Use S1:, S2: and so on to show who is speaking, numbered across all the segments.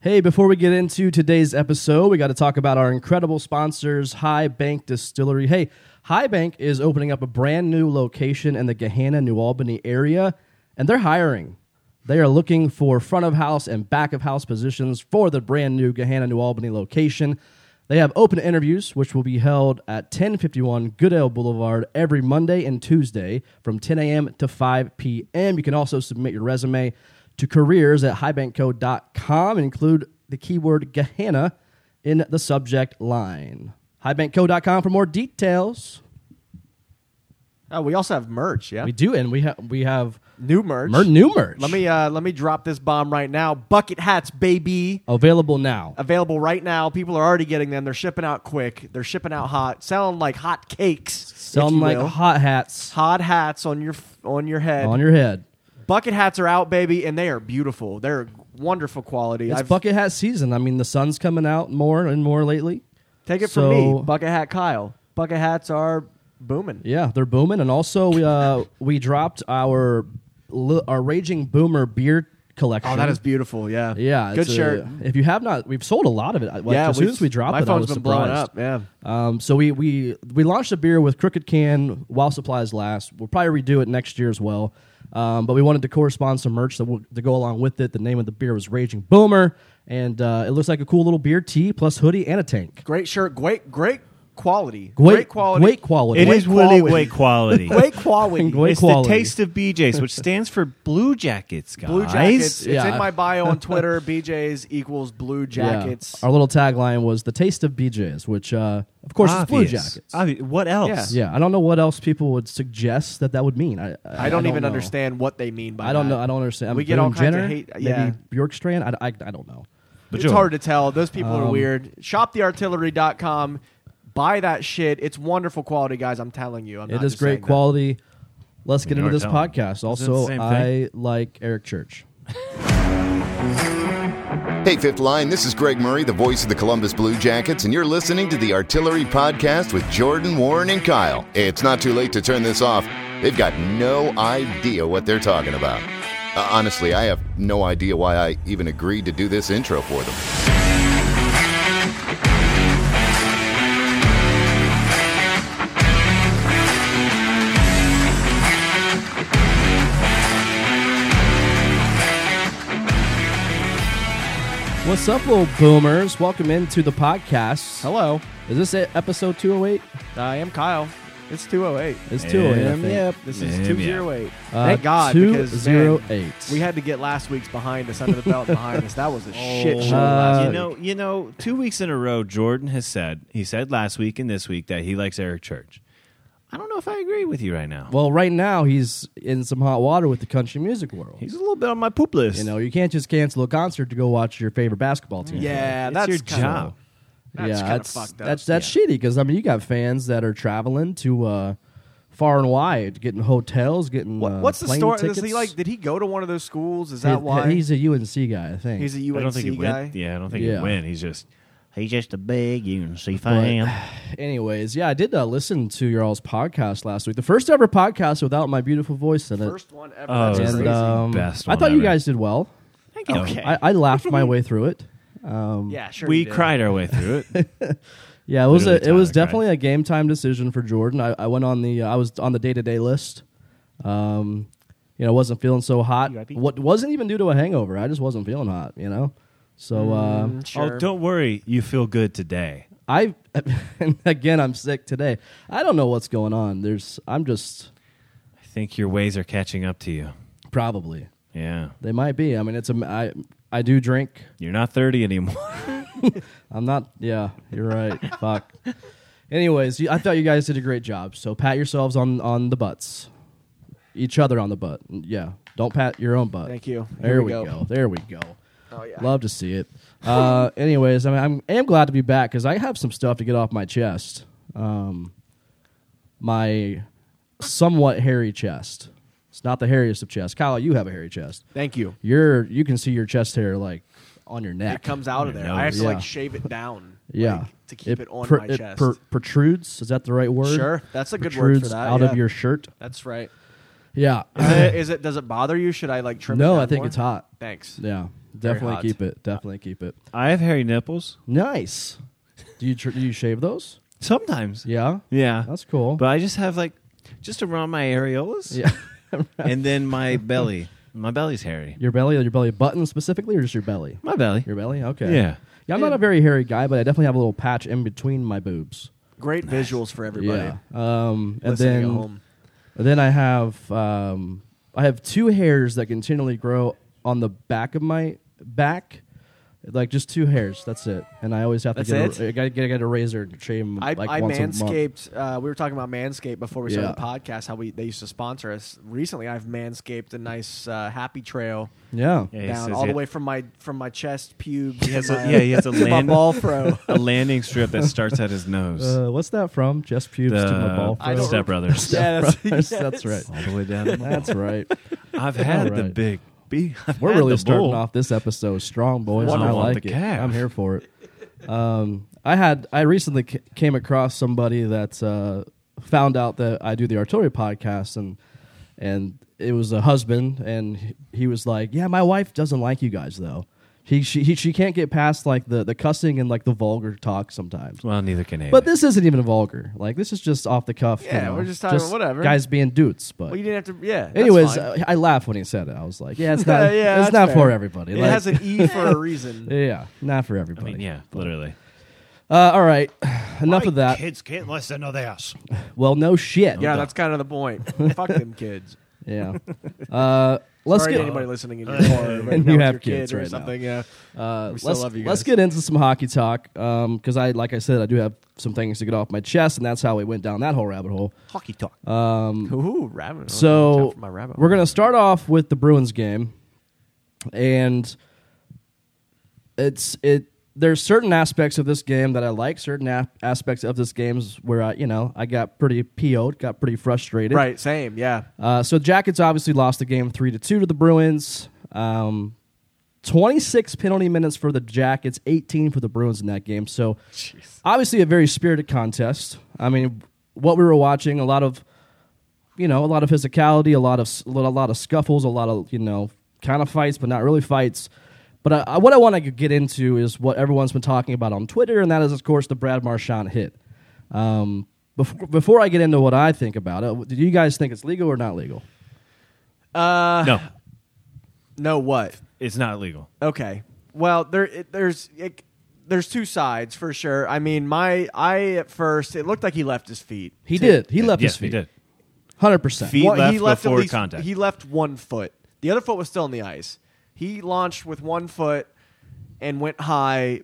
S1: Hey, before we get into today's episode, we got to talk about our incredible sponsors, High Bank Distillery. Hey, High Bank is opening up a brand new location in the Gahanna, New Albany area, and they're hiring. They are looking for front of house and back of house positions for the brand new Gahanna, New Albany location. They have open interviews, which will be held at 1051 Goodale Boulevard every Monday and Tuesday from 10 a.m. to 5 p.m. You can also submit your resume to careers at highbankco.com and include the keyword Gehenna in the subject line. Highbankco.com for more details.
S2: Oh, we also have merch. Yeah,
S1: We do, and we have we have
S2: new merch.
S1: mer- new merch
S2: Let me uh, let me drop this bomb right now. Bucket hats, baby,
S1: available now.
S2: available right now. People are already getting them. They're shipping out quick. They're shipping out hot. Selling like hot cakes.
S1: Selling like
S2: hot,
S1: hot hats
S2: hot hats on your f- on your head.
S1: on your head.
S2: bucket hats are out, baby, and they are beautiful. They're wonderful quality.
S1: It's
S2: I've-
S1: bucket hat season. I mean, the sun's coming out more and more lately.
S2: Take it from
S1: So-
S2: me, bucket hat Kyle. Bucket hats are booming.
S1: Yeah, they're booming, and also we uh, we dropped our li- our raging boomer beer collection.
S2: Oh, that is beautiful. Yeah,
S1: yeah,
S2: good
S1: it's a-
S2: shirt.
S1: if you have not, we've sold a lot of it. Like,
S2: yeah,
S1: as soon as we dropped
S2: my
S1: it, I
S2: phone's
S1: was
S2: been
S1: surprised.
S2: blowing up. Yeah,
S1: Um, so we we we launched a beer with Crooked Can while supplies last. We'll probably redo it next year as well. Um, but we wanted to correspond some merch that will, to go along with it. The name of the beer was Raging Boomer, and uh, it looks like a cool little beer tee plus hoodie and a tank.
S2: great shirt. Great, great quality.
S1: Great-
S2: quality.
S1: great quality.
S3: It
S1: Great
S3: is really great quality.
S2: Great quality.
S1: Great
S3: it's
S1: quality.
S3: the taste of BJ's, which stands for Blue Jackets, guys.
S2: Blue Jackets. It's
S1: Yeah.
S2: in my bio on Twitter. BJ's equals Blue
S1: Yeah. Oh,
S2: Jackets.
S1: Our little tagline was the taste of BJ's, which uh, of course
S2: Ah,
S1: is Blue
S3: Obvious.
S1: Jackets.
S3: Obvi- What else?
S2: Yeah.
S1: yeah, I don't know what else people would suggest that that would mean. I I,
S2: I don't even
S1: know.
S2: understand what they mean by
S1: I don't
S2: that.
S1: know. I don't understand.
S2: We
S1: Boone
S2: get all kinds of
S1: Jenner?
S2: hate-
S1: Maybe
S2: yeah.
S1: Bjork Strand. I, I, I don't know.
S3: But
S2: it's
S3: Joe,
S2: hard to tell. Those people
S1: Um,
S2: are weird. ShopTheArtillery.com. Buy that shit. It's wonderful quality, guys. I'm telling you. I'm
S1: It
S2: not
S1: is
S2: just saying
S1: great
S2: that.
S1: quality. Let's get
S3: You
S1: into
S3: are
S1: this
S3: telling.
S1: podcast.
S3: Is it the
S1: Also,
S3: same
S1: I
S3: thing?
S1: like Eric Church.
S4: Hey, Fifth Line, this is Greg Murray, the voice of the Columbus Blue Jackets, and you're listening to the Artillery Podcast with Jordan, Warren, and Kyle. It's not too late to turn this off. They've got no idea what they're talking about. Uh, honestly, I have no idea why I even agreed to do this intro for them.
S1: What's up, little boomers? Welcome into the podcast.
S2: Hello.
S1: Is this it, episode 208?
S2: I am Kyle. It's 208.
S1: It's 208. I
S3: Um,
S1: think.
S2: Yep. This is
S3: Yeah.
S2: 208.
S1: Uh,
S2: Thank God. because, man,
S1: 208.
S2: we had to get last week's behind us, under the belt and behind us. That was a shit show
S1: Uh,
S2: last
S3: you
S2: week.
S3: know, you know, two weeks in a row, Jordan has said he said last week and this week that he likes Eric Church. I don't know if I agree with you right now.
S1: Well, right now he's in some hot water with the country music world.
S3: he's a little bit on my poop list.
S1: You know, you can't just cancel a concert to go watch your favorite basketball team.
S2: yeah,
S3: It's
S2: that's
S3: your
S2: kinda-
S3: job.
S2: That's
S1: yeah,
S2: kinda
S1: that's
S2: fucked up.
S1: that's that's shitty because I mean you got fans that are traveling to uh, far and wide, getting hotels, getting
S2: What,
S1: uh,
S2: what's the
S1: plane
S2: story?
S1: Tickets.
S2: Is he like? Did he go to one of those schools? Is
S1: He-
S2: that why
S1: he's a UNC guy? I think
S2: He's a UNC
S3: I don't think he
S2: guy?
S3: went. Yeah, I don't think
S1: Yeah.
S3: he went. He's just he's just a big UNC
S1: But
S3: fan.
S1: anyways, yeah, I did uh, listen to your all's podcast last week, the first ever podcast without my beautiful voice in it.
S2: First one ever.
S3: Oh,
S2: That's
S3: it's
S1: and
S2: crazy.
S1: um,
S3: Best
S1: I
S3: one
S1: thought you
S3: ever.
S1: guys did well.
S3: Thank you.
S2: Okay.
S1: I, I laughed my way through it. Um,
S2: yeah, sure.
S3: We
S2: you did.
S3: cried our way through it.
S1: Yeah, it was a,
S3: Literally
S1: it was
S3: Tyler cried.
S1: definitely a game time decision for Jordan. I, I went on the uh, I was on the day to day list. Um, you know, wasn't feeling so hot.
S3: UIP?
S1: What wasn't even due to a hangover. I just wasn't feeling hot. You know, so um,
S2: Sure.
S3: Oh, don't worry. You feel good today.
S1: I and again I'm sick today. I don't know what's going on. There's I'm just
S3: I think your ways are catching up to you.
S1: probably
S3: Yeah.
S1: they might be. I mean, it's a I I do drink.
S3: You're not 30 anymore.
S1: I'm not. Yeah, you're right. Fuck. Anyways, you- I thought you guys did a great job. So pat yourselves on on the butts, each other on the butt. Yeah, don't pat your own butt.
S2: Thank you.
S1: There
S2: Here
S1: we
S2: we
S1: go.
S2: go.
S1: There we go.
S2: Oh, yeah.
S1: Love to see it. Uh, anyways, I mean, I'm am glad to be back because I have some stuff to get off my chest. Um, my somewhat hairy chest. It's not the hairiest of chests. Kyle, you have a hairy chest.
S2: Thank you.
S1: You're you can see your chest hair like on your neck.
S2: It comes out of there.
S3: Your
S2: I have to
S1: nose. Yeah.
S2: like shave it down.
S1: Yeah.
S2: like, to keep it, on
S1: pr-
S2: my
S1: it
S2: chest.
S1: pr- protrudes. Is that the right word?
S2: Sure, that's a good word for
S1: protrudes
S2: that,
S1: out of
S2: yeah.
S1: your shirt.
S2: That's right.
S1: Yeah.
S2: Is it, is it? Uh, Does it bother you? Should I like trim? it
S1: No,
S2: down
S1: I think
S2: more?
S1: it's hot.
S2: Thanks.
S1: yeah.
S3: Very
S1: Definitely
S3: hot.
S1: keep it. Definitely keep it.
S3: I have hairy nipples
S1: Nice. Do you tr- do you shave those?
S3: sometimes.
S1: Yeah.
S3: Yeah.
S1: That's cool.
S3: But I just have like just around my areolas
S1: yeah.
S3: and then my belly. My belly's hairy.
S1: your belly, your belly button specifically, or just your belly?
S3: My belly.
S1: Your belly. Okay.
S3: Yeah.
S1: Yeah, I'm not a very hairy guy, but I definitely have a little patch in between my boobs.
S2: Great visuals for
S1: Yeah.
S2: everybody.
S1: Um, and
S2: listening
S1: then
S2: at home.
S1: Then I have um, I have two hairs that continually grow on the back of my back, like just two hairs. That's it. And I always have to
S2: That's
S1: get
S2: it?
S1: A, I gotta get, I get a razor to shave 'em,
S2: I,
S1: like
S2: I
S1: once a month.
S2: manscaped. Uh, we were talking about Manscaped before we started
S1: Yeah.
S2: the podcast. How we they used to sponsor us. Recently, I've manscaped a nice uh, happy trail
S1: Yeah.
S3: Yeah. he
S2: down
S3: says
S2: all the
S3: it-
S2: way from my from my chest pubes.
S3: He has
S2: to
S3: a,
S2: my,
S3: yeah, he has a
S2: to my
S3: land,
S2: ball pro.
S3: a landing strip that starts at his nose.
S1: Uh, what's that from? Just pubes to my ball.
S2: I don't-
S3: Step Brothers.
S2: Yeah, that's-
S1: That's, that's right.
S3: All the way down. to my-
S1: That's right.
S3: I've had
S1: All
S3: the
S1: right.
S3: big B. I've
S1: We're
S3: had
S1: really
S3: the
S1: starting
S3: bull.
S1: off this episode strong, boys.
S3: One
S1: and I
S3: off
S1: like
S3: the
S1: it.
S3: calf.
S1: I'm here for it. Um, I had I recently c- came across somebody that uh, found out that I do the artillery podcast, and and it was a husband, and he- he was like, "Yeah, my wife doesn't like you guys though. He she he, she can't get past like the the cussing and like the vulgar talk sometimes."
S3: Well, neither can I.
S1: But this isn't even vulgar. Like this is just off the cuff. you
S2: Yeah,
S1: know,
S2: we're just talking about whatever.
S1: Guys being dudes, but
S2: well, you didn't have to. Yeah. that's
S1: Anyways, uh,
S2: fine.
S1: I, I laughed when he said it. I was like, "Yeah, it's not.
S2: yeah,
S1: it's
S2: that's
S1: not
S2: fair.
S1: for everybody.
S2: it
S1: Like,
S2: has an E for a reason.
S1: yeah, not for
S3: I
S1: everybody.
S3: mean, yeah, literally.
S1: Uh, all right, enough of that.
S5: Kids can't listen to this.
S1: Well, no shit.
S2: yeah, that's kind of the point. Fuck them kids.
S1: yeah. Uh, let's
S2: Sorry
S1: get
S2: to anybody listening in your car right now with
S1: you
S2: your
S1: have
S2: kid
S1: kids
S2: or
S1: right now.
S2: something. Yeah.
S1: uh,
S2: We still
S1: let's
S2: love you
S1: let's
S2: guys.
S1: get into some hockey talk because I, like I said, I do have some things to get off my chest, and that's how we went down that whole rabbit hole.
S5: Hockey talk.
S2: Ooh, Um, rabbit.
S1: Um, So
S2: Time for my rabbit.
S1: we're gonna start off with the Bruins game, and it's it. There's certain aspects of this game that I like. Certain a- aspects of this games where I, you know, I got pretty po'd, got pretty frustrated.
S2: right. Same. Yeah.
S1: Uh, so Jackets obviously lost the game three to two to the Bruins. Um, 26 penalty minutes for the Jackets, 18 for the Bruins in that game. So obviously a very spirited contest. I mean, what we were watching, a lot of you know, a lot of physicality, a lot of a lot, a lot of scuffles, a lot of you know, kind of fights, but not really fights. But I, I, what I want to get into is what everyone's been talking about on Twitter, and that is, of course, the Brad Marchand hit. Um, before, before I get into what I think about it, do you guys think it's legal or not legal?
S2: Uh,
S3: No,
S2: no. What?
S3: it's not legal.
S2: Okay. Well, there it, there's it, there's two sides for sure. I mean, my I at first it looked like he left his feet.
S1: He did. He left
S3: yes,
S1: his
S3: we
S1: feet.
S3: did.
S1: Hundred percent.
S3: Feet- He
S2: One-
S3: left
S2: at
S3: before
S2: least-
S3: contact.
S2: He left one foot. The other foot was still in the ice. He launched with one foot and went high.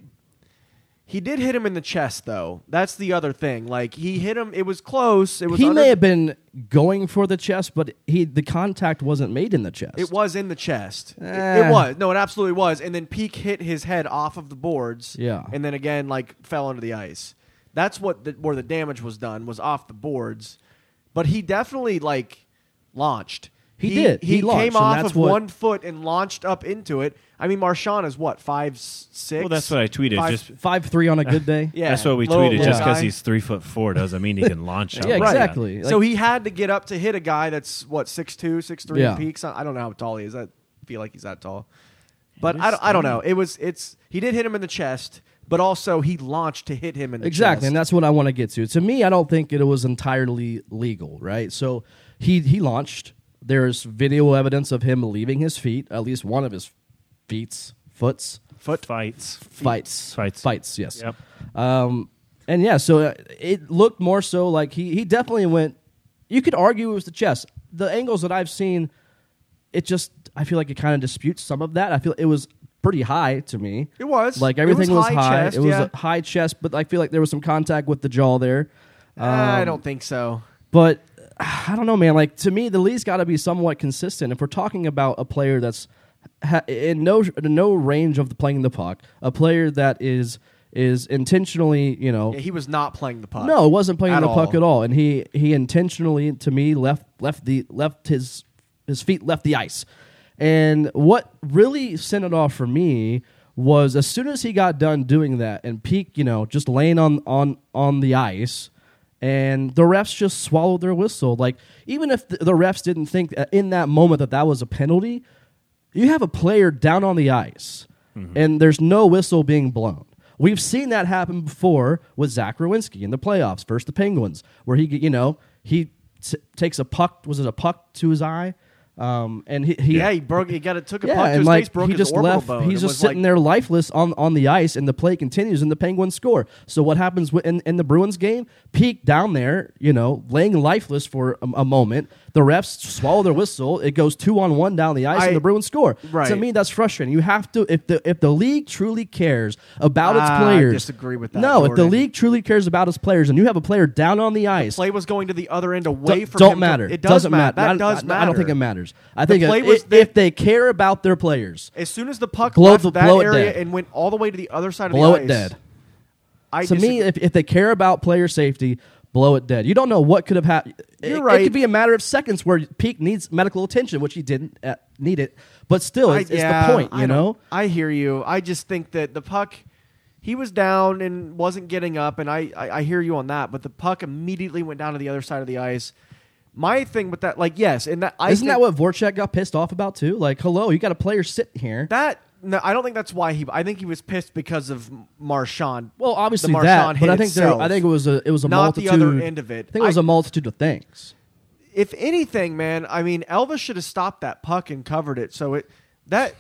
S2: He did hit him in the chest, though. That's the other thing. Like he hit him. It was close. It was.
S1: He
S2: under-
S1: may have been going for the chest, but he the contact wasn't made in the chest.
S2: It was in the chest. It-
S1: Eh.
S2: It was. No, it absolutely was. And then Peak hit his head off of the boards.
S1: Yeah.
S2: And then again, like fell onto the ice. That's what the, where the damage was done was off the boards. But he definitely like launched.
S1: He did.
S2: He,
S1: He launched,
S2: came
S1: and
S2: off
S1: that's
S2: of
S1: what-
S2: one foot and launched up into it. I mean, Marshawn is what five s- six.
S3: Well, that's what I tweeted.
S2: Five-
S3: just
S1: five three on a good day.
S2: Yeah.
S3: that's what we
S2: Little-
S3: tweeted.
S2: little
S3: Just because
S2: guy.
S3: he's three foot four doesn't mean he can launch. out
S1: Yeah,
S3: like that.
S1: exactly.
S2: so
S1: Like-
S2: he had to get up to hit a guy that's what six two, six three
S1: Yeah.
S2: peaks. I I don't know how tall he is. I feel like he's that tall, but I don't, I don't know. It was it's he did hit him in the chest, but also he launched to hit him in the
S1: Exactly,
S2: chest.
S1: and that's what I want to get to. To me, I don't think it was entirely legal, right? So he he launched. There's video evidence of him leaving his feet, at least one of his feet's foots,
S2: foot.
S3: Fights.
S1: fights,
S3: Fights.
S1: fights. Yes.
S3: Yep.
S1: Um, and yeah, so uh, it looked more so like he he definitely went. You could argue it was the chest. The angles that I've seen, it just I feel like it kind of disputes some of that. I feel it was pretty high to me.
S2: It was.
S1: like
S2: It
S1: everything
S2: was
S1: was,
S2: high
S1: high.
S2: chest,
S1: it was
S2: yeah.
S1: a high chest, but I feel like there was some contact with the jaw there.
S2: Uh,
S1: um,
S2: I don't think so.
S1: But I don't know, man. Like to me, the league's got to be somewhat consistent. If we're talking about a player that's ha- in no in no range of the playing the puck, a player that is is intentionally, you know,
S2: Yeah, he was not playing the puck.
S1: no, it wasn't playing
S2: At
S1: the puck
S2: all.
S1: at all, and he he intentionally, to me, left left the left his his feet left the ice, and what really sent it off for me was as soon as he got done doing that and peak, you know, just laying on on on the ice, and the refs just swallowed their whistle. Like even if the, the refs didn't think uh, in that moment that that was a penalty, you have a player down on the ice and there's no whistle being blown. We've seen that happen before with Zach Rowinski in the playoffs versus the Penguins, where he, you know, he t- takes a puck, was it a puck to his eye? Um, and he, he
S2: Yeah, he broke. He got it. Took a
S1: yeah,
S2: puck to
S1: and
S2: his
S1: like
S2: face. Broke
S1: he
S2: his
S1: just
S2: orbital
S1: left.
S2: bone.
S1: He's
S2: and
S1: just
S2: was
S1: sitting
S2: like,
S1: there lifeless on, on the ice, and the play continues, and the Penguins score. So what happens wi- in, in the Bruins game? Peak down there, you know, laying lifeless for a, a moment. The refs swallow their whistle. It goes two on one down the ice,
S2: I-
S1: and the Bruins score.
S2: Right.
S1: To me, that's frustrating. You have to if the if the league truly cares about its
S2: Ah, I
S1: players.
S2: disagree with that,
S1: No, if the
S2: Jordan.
S1: league truly cares about its players, and you have a player down on the ice,
S2: Play was going to the other end away
S1: Do-
S2: from
S1: don't
S2: him.
S1: matter.
S2: It
S1: doesn't
S2: does matter. That
S1: I,
S2: does
S1: I-
S2: matter.
S1: I don't think it matters. I think
S2: play
S1: if,
S2: was the-
S1: if they care about their players,
S2: As soon as the puck
S1: Blow
S2: left
S1: the-
S2: that
S1: blow it
S2: area
S1: dead.
S2: and went all the way to the other side
S1: blow
S2: of the
S1: it
S2: ice,
S1: dead.
S2: I
S1: to me,
S2: disagree.
S1: if, if they care about player safety, blow it dead. You don't know what could have happened.
S2: You're
S1: it,
S2: right.
S1: It could be a matter of seconds where Peak needs medical attention, which he didn't uh, need it. But still,
S2: I-
S1: Oh, it's, it's
S2: yeah,
S1: the point,
S2: I
S1: you
S2: don't-
S1: know.
S2: I hear you. I just think that the puck, he was down and wasn't getting up, and I, I, I hear you on that. But the puck immediately went down to the other side of the ice. My thing with that, like, yes, and that I
S1: Isn't that
S2: think-
S1: what Vorchak got pissed off about too? Like, hello, you got a player sitting here.
S2: that? No, I don't think that's why he. I think he was pissed because of Marchand.
S1: well, obviously
S2: the
S1: that,
S2: Marchand
S1: but
S2: hit
S1: I think there,
S2: itself.
S1: I think it was a it was a
S2: Not the
S1: multitude.
S2: other end of it.
S1: I think it was
S2: I-
S1: a multitude of things.
S2: if anything, man, I mean, Elvis should have stopped that puck and covered it. So it that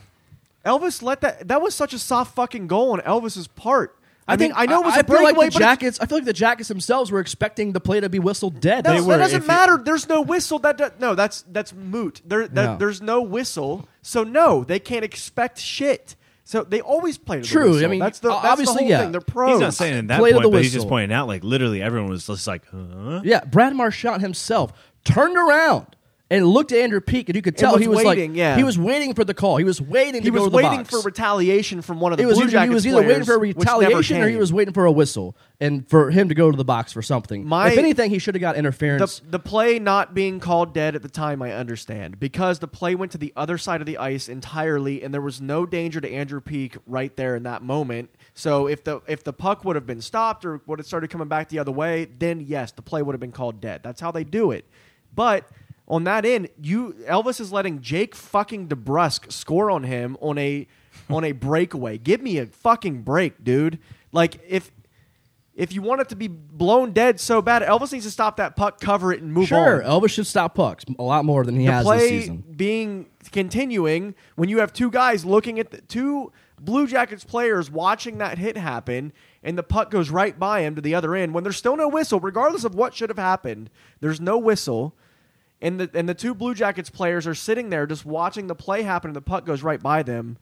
S2: Elvis let that that was such a soft fucking goal on Elvis's part. I, mean, I know it was
S1: I
S2: a
S1: feel
S2: breakaway,
S1: like the
S2: but it's-
S1: jackets. I feel like the jackets themselves were expecting the play to be whistled dead.
S2: No,
S1: They
S2: that
S1: were-
S2: doesn't
S3: if you-
S2: matter. There's no whistle. That do- no, that's that's moot. There, that,
S1: No.
S2: there's no whistle. So no, they can't expect shit. So they always play to the
S1: True, I
S2: whistle.
S1: mean,
S2: that's the,
S1: o-
S2: that's the
S1: obviously,
S2: whole
S1: yeah.
S2: thing. They're
S1: He's
S2: pros.
S3: He's not saying in that
S1: Play to
S3: point,
S1: the
S3: but he's just
S1: whistle.
S3: pointing out like literally everyone was just like, huh?
S1: Yeah, Brad Marchand himself turned around and looked at Andrew Peak, and you could tell
S2: was
S1: he was
S2: waiting,
S1: like,
S2: yeah.
S1: he was waiting for the call. He was waiting. to
S2: he
S1: go
S2: was
S1: to the
S2: waiting
S1: box.
S2: for retaliation from one of the
S1: It was
S2: Blue
S1: either, he
S2: Jackets
S1: was either waiting for a
S2: players, which never
S1: retaliation or he
S2: came.
S1: was waiting for a whistle and for him to go to the box for something.
S2: My-
S1: if anything, he should have got interference.
S2: the, the play not being called dead at the time i understand because the play went to the other side of the ice entirely and there was no danger to andrew peak right there in that moment so if the if the puck would have been stopped or would have started coming back the other way then yes the play would have been called dead that's how they do it but on that end you elvis is letting jake fucking debrusque score on him on a on a breakaway give me a fucking break dude like if if you want it to be blown dead so bad, Elvis needs to stop that puck, cover it, and move
S1: sure,
S2: on.
S1: Elvis should stop pucks a lot more than he
S2: The
S1: has
S2: play
S1: this season.
S2: being continuing when you have two guys looking at the two Blue Jackets players watching that hit happen, and the puck goes right by him to the other end when there's still no whistle, regardless of what should have happened. There's no whistle. And the, and the two Blue Jackets players are sitting there just watching the play happen, and the puck goes right by them.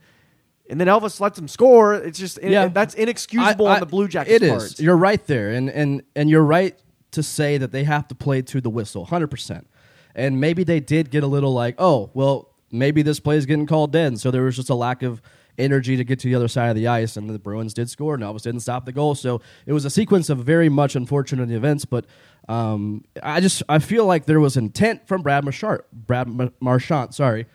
S2: And then Elvis lets them score. It's just
S1: Yeah.
S2: that's inexcusable
S1: I- I-
S2: on the Blue Jackets'
S1: It
S2: part.
S1: is. You're right there, and and and you're right to say that they have to play to the whistle, hundred percent. And maybe they did get a little like, oh, well, maybe this play is getting called dead, and so there was just a lack of energy to get to the other side of the ice, and the Bruins did score, and Elvis didn't stop the goal. So it was a sequence of very much unfortunate events, but. Um, I just I feel like there was intent from Brad Marchant. Brad Ma- Marchant, sorry,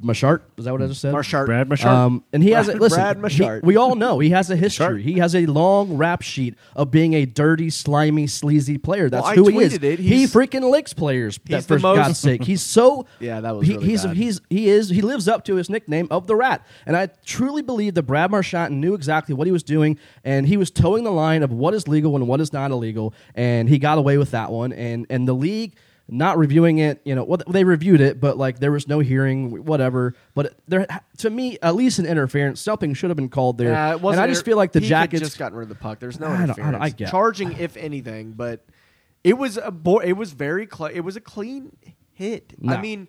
S1: Marchant. Is that what I just said?
S2: Marchand.
S3: Brad Marchand.
S1: Um, and he has a,
S2: Brad-
S1: listen.
S2: Brad
S1: he-
S2: Machard.
S1: we all know he has a history. He has a long rap sheet of being a dirty, slimy, sleazy player. That's
S2: Well, I
S1: who he is.
S2: tweeted it.
S1: He
S2: He's-
S1: freaking licks players. That
S2: He's the
S1: for
S2: most-
S1: God's sake, he's so.
S2: Yeah, that was
S1: he,
S2: really
S1: he's
S2: bad.
S1: he's he is he lives up to his nickname of the Rat, and I truly believe that Brad Marchand knew exactly what he was doing, and he was towing the line of what is legal and what is not illegal, and he got away with that one, and and the league. Not reviewing it, you know. Well, they reviewed it, but like there was no hearing, whatever. But there, to me, at least an interference, something should have been called there.
S2: Nah, it wasn't
S1: and I just
S2: inter-
S1: feel like the
S2: Peak had
S1: jackets.
S2: just gotten rid of the puck. There's no
S1: I don't- I don't-
S2: interference.
S1: I get-
S2: charging, if anything, but it was a bo- It was very. Cl- it was a clean hit.
S1: No.
S2: I mean,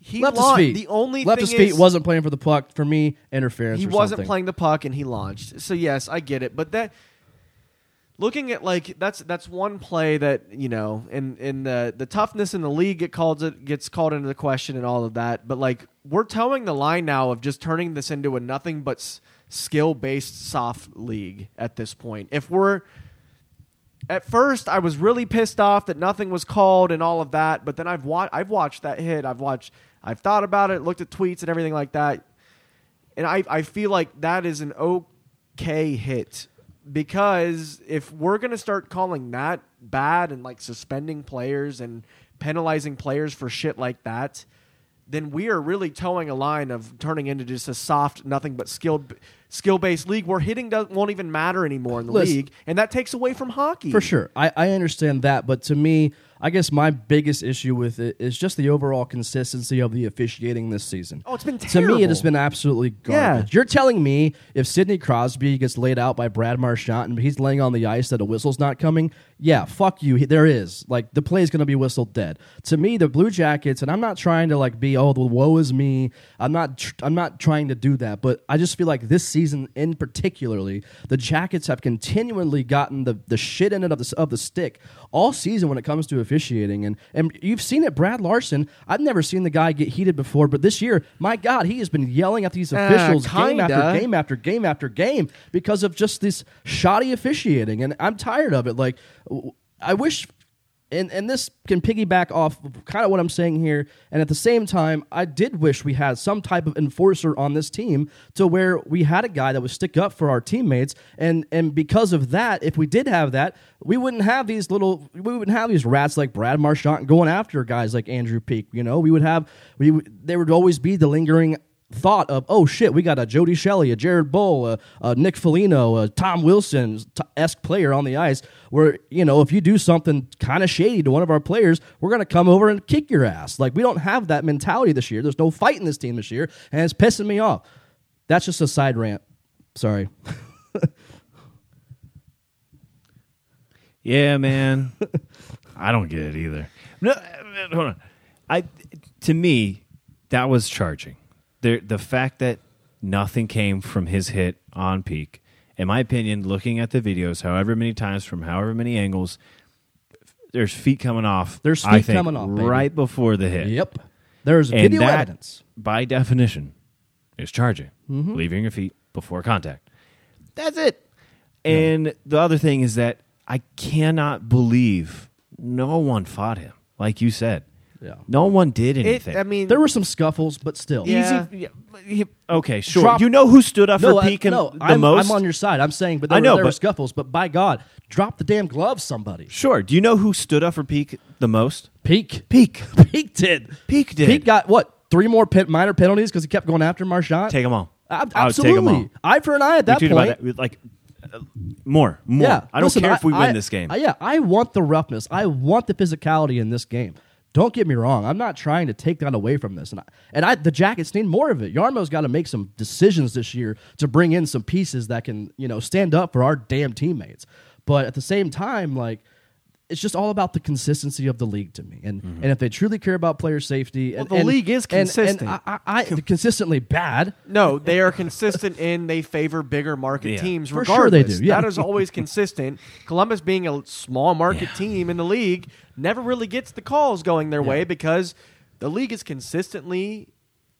S2: he
S1: left his
S2: launched.
S1: feet.
S2: The only
S1: left
S2: thing
S1: his feet
S2: is,
S1: wasn't playing for the puck. For me, interference.
S2: he
S1: or
S2: wasn't
S1: something.
S2: playing the puck and he launched. So yes, I get it, but that looking at like that's that's one play that you know in in the the toughness in the league it calls it gets called into the question and all of that but like we're towing the line now of just turning this into a nothing but skill based soft league at this point if we're at first I was really pissed off that nothing was called and all of that, but then I've watched I've watched that hit. I've watched I've thought about it, looked at tweets and everything like that. And I I feel like that is an okay hit because if we're going to start calling that bad and like suspending players and penalizing players for shit like that, then we are really towing a line of turning into just a soft, nothing but skill skill based league where hitting does, won't even matter anymore in the
S1: Listen.
S2: league, and that takes away from hockey
S1: For sure. I, I understand that. But to me, I guess my biggest issue with it is just the overall consistency of the officiating this season.
S2: Oh, it's been
S1: To me, it has
S2: terrible.
S1: been absolutely garbage.
S2: Yeah.
S1: You're telling me if Sidney Crosby gets laid out by Brad Marchand and he's laying on the ice that a whistle's not coming? Yeah, fuck you. He- There is. Like, the play's going to be whistled dead. To me, the Blue Jackets, and I'm not trying to, like, be, oh, the woe is me. I'm not, tr- I'm not trying to do that. But I just feel like this season in particularly, the Jackets have continually gotten the, the shit ended of the, s- of the stick all season when it comes to officiating. And, and you've seen it, Brad Larson. I've never seen the guy get heated before, but this year, my God, he has been yelling at these officials game after
S2: kinda.
S1: game after game after game because of just this shoddy officiating, and I'm tired of it. Like, w- I wish, and and this can piggyback off kind of what I'm saying here, and at the same time, I did wish we had some type of enforcer on this team to where we had a guy that would stick up for our teammates, and and because of that, if we did have that, we wouldn't have these little, we wouldn't have these rats like Brad Marchand going after guys like Andrew Peak. You know, we would have we would- there would always be the lingering thought of, oh shit, we got a Jody Shelley, a Jared Bull, a, a Nick Foligno, a Tom Wilson esque player on the ice, where, you know, if you do something kind of shady to one of our players, we're going to come over and kick your ass. Like, we don't have that mentality this year. There's no fight in this team this year, and it's pissing me off. That's just a side rant. Sorry.
S3: Yeah, man. I don't get it either. No, uh, hold on. I to me that was charging. The the fact that nothing came from his hit on peak. In my opinion, looking at the videos, however many times from however many angles, there's feet coming off.
S1: There's
S3: I
S1: feet
S3: think,
S1: coming off, baby.
S3: right before the hit.
S1: yep. There's
S3: And
S1: video
S3: that,
S1: evidence. Mm-hmm.
S3: by definition, is charging, leaving your feet before contact. That's it. And the other thing is that I cannot believe no one fought him, like you said.
S1: Yeah.
S3: No one did
S2: It,
S3: anything.
S2: I mean,
S1: There were some scuffles, but still.
S2: Yeah.
S3: Easy- yeah, okay, sure.
S1: Drop-
S3: you know who stood up for
S1: I-
S3: Pekin
S1: no,
S3: the
S1: I'm,
S3: most?
S1: I'm on your side. I'm saying, but there,
S3: I know,
S1: were, there were
S3: but-
S1: scuffles. But by God, drop the damn gloves, somebody.
S3: sure. Do you know who stood up for Peak the most?
S1: Peak.
S3: Peak.
S1: Peak did.
S3: Peak did.
S1: Peak got what? Three more pen, minor penalties because he kept going after Marchand.
S3: Take 'em all.
S1: Ab-
S3: I would take 'em
S1: absolutely.
S3: all.
S1: Eye for an eye at that
S3: we tweeted
S1: point.
S3: about that. Like uh, more, more.
S1: Yeah.
S3: I don't
S1: Listen,
S3: care if we
S1: I-
S3: win this game.
S1: I- yeah, I want the roughness. I want the physicality in this game. Don't get me wrong. I'm not trying to take that away from this, and I, and I the Jackets need more of it. Yarmo's got to make some decisions this year to bring in some pieces that can you know stand up for our damn teammates. But at the same time, like it's just all about the consistency of the league to me. And
S3: Mm-hmm.
S1: and if they truly care about player safety, and,
S2: the
S1: and-
S2: league is
S1: and- and
S2: consistent.
S1: I, I, I consistently bad.
S2: No, they are consistent in they favor bigger market
S3: Yeah.
S2: teams.
S1: For
S2: Regardless,
S1: sure they do, yeah.
S2: that is always consistent. Columbus being a small market team in the league never really gets the calls going their way because the league is consistently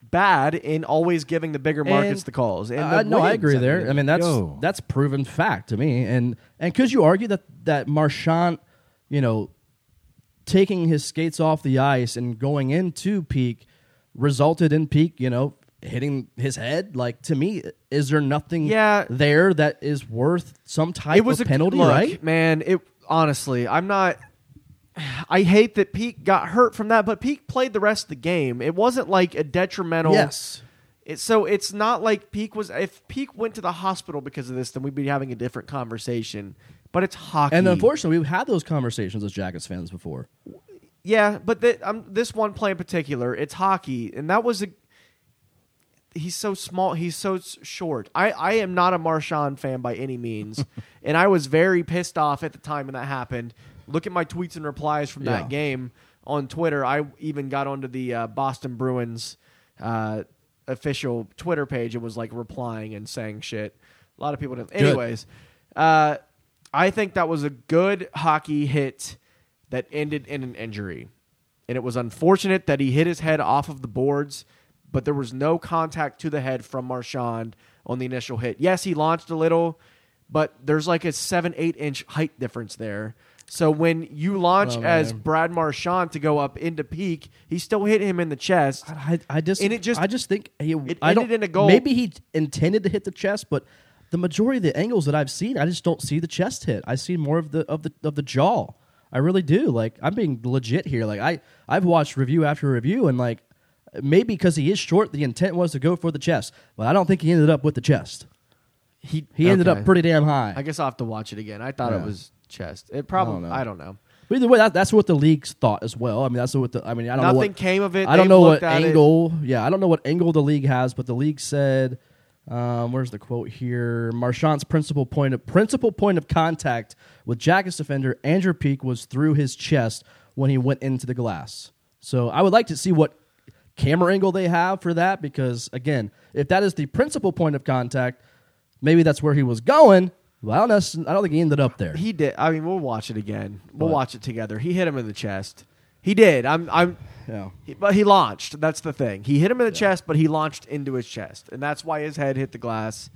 S2: bad in always giving the bigger markets
S1: And-
S2: the calls. And
S1: I-
S2: the
S1: no, I
S2: wins
S1: agree
S2: at the
S1: there.
S2: end.
S1: I mean, that's
S3: Yo.
S1: that's proven fact to me. And and could you argue that that Marchant, you know, taking his skates off the ice and going into peak resulted in peak, you know, hitting his head? Like to me, is there nothing
S2: Yeah.
S1: there that is worth some type
S2: it was
S1: of
S2: a
S1: penalty,
S2: look,
S1: right?
S2: Man, it honestly, I'm not. I hate that Peak got hurt from that, but Peak played the rest of the game. It wasn't like a detrimental.
S1: Yes.
S2: It, so it's not like Peak was. If Peak went to the hospital because of this, then we'd be having a different conversation. But it's hockey,
S1: And unfortunately, we've had those conversations as Jackets fans before.
S2: yeah. But th- um, this one play in particular, it's hockey, and that was a. He's so small. He's so s- short. I, I am not a Marshawn fan by any means, and I was very pissed off at the time when that happened. Look at my tweets and replies from
S1: Yeah.
S2: that game on Twitter. I even got onto the uh, Boston Bruins uh, official Twitter page and was like replying and saying shit. A lot of people didn't. Anyways, uh, I think that was a good hockey hit that ended in an injury. And it was unfortunate that he hit his head off of the boards, but there was no contact to the head from Marchand on the initial hit. Yes, he launched a little, but there's like a seven, eight inch height difference there. So when you launch
S1: Oh,
S2: as
S1: man.
S2: Brad Marchand to go up into peak, he still hit him in the chest.
S1: I, I just,
S2: And it just-
S1: I just think he,
S2: it
S1: I don't,
S2: ended in a goal.
S1: Maybe he intended to hit the chest, but the majority of the angles that I've seen, I just don't see the chest hit. I see more of the of the of the jaw. I really do. Like I'm being legit here. Like I, I've watched review after review, and like Maybe because he is short, the intent was to go for the chest, but I don't think he ended up with the chest.
S2: He
S1: He ended
S2: okay.
S1: up pretty damn high.
S2: I guess I'll have to watch it again. I thought
S1: Yeah.
S2: it was chest. It probably.
S1: know.
S2: I don't know.
S1: But either way, that, that's what the leagues thought as well. I mean, that's what the. I mean, I don't know
S2: Nothing
S1: what
S2: came of it.
S1: I don't
S2: They've
S1: know
S2: looked
S1: what
S2: at it.
S1: angle. Yeah, I don't know what angle the league has, but the league said, um, "Where's the quote here?" Marchand's principal point of principal point of contact with Jackets defender Andrew Peak was through his chest when he went into the glass. So I would like to see what camera angle they have for that because again, if that is the principal point of contact, maybe that's where he was going. Well, I don't, necess- I don't think he ended up there.
S2: He did. I mean, we'll watch it again. We'll watch it together. He hit him in the chest. He did. I'm. I'm.
S1: Yeah.
S2: He- but he launched. That's the thing. He hit him in the chest, but he launched into his chest, and that's why his head hit the glass.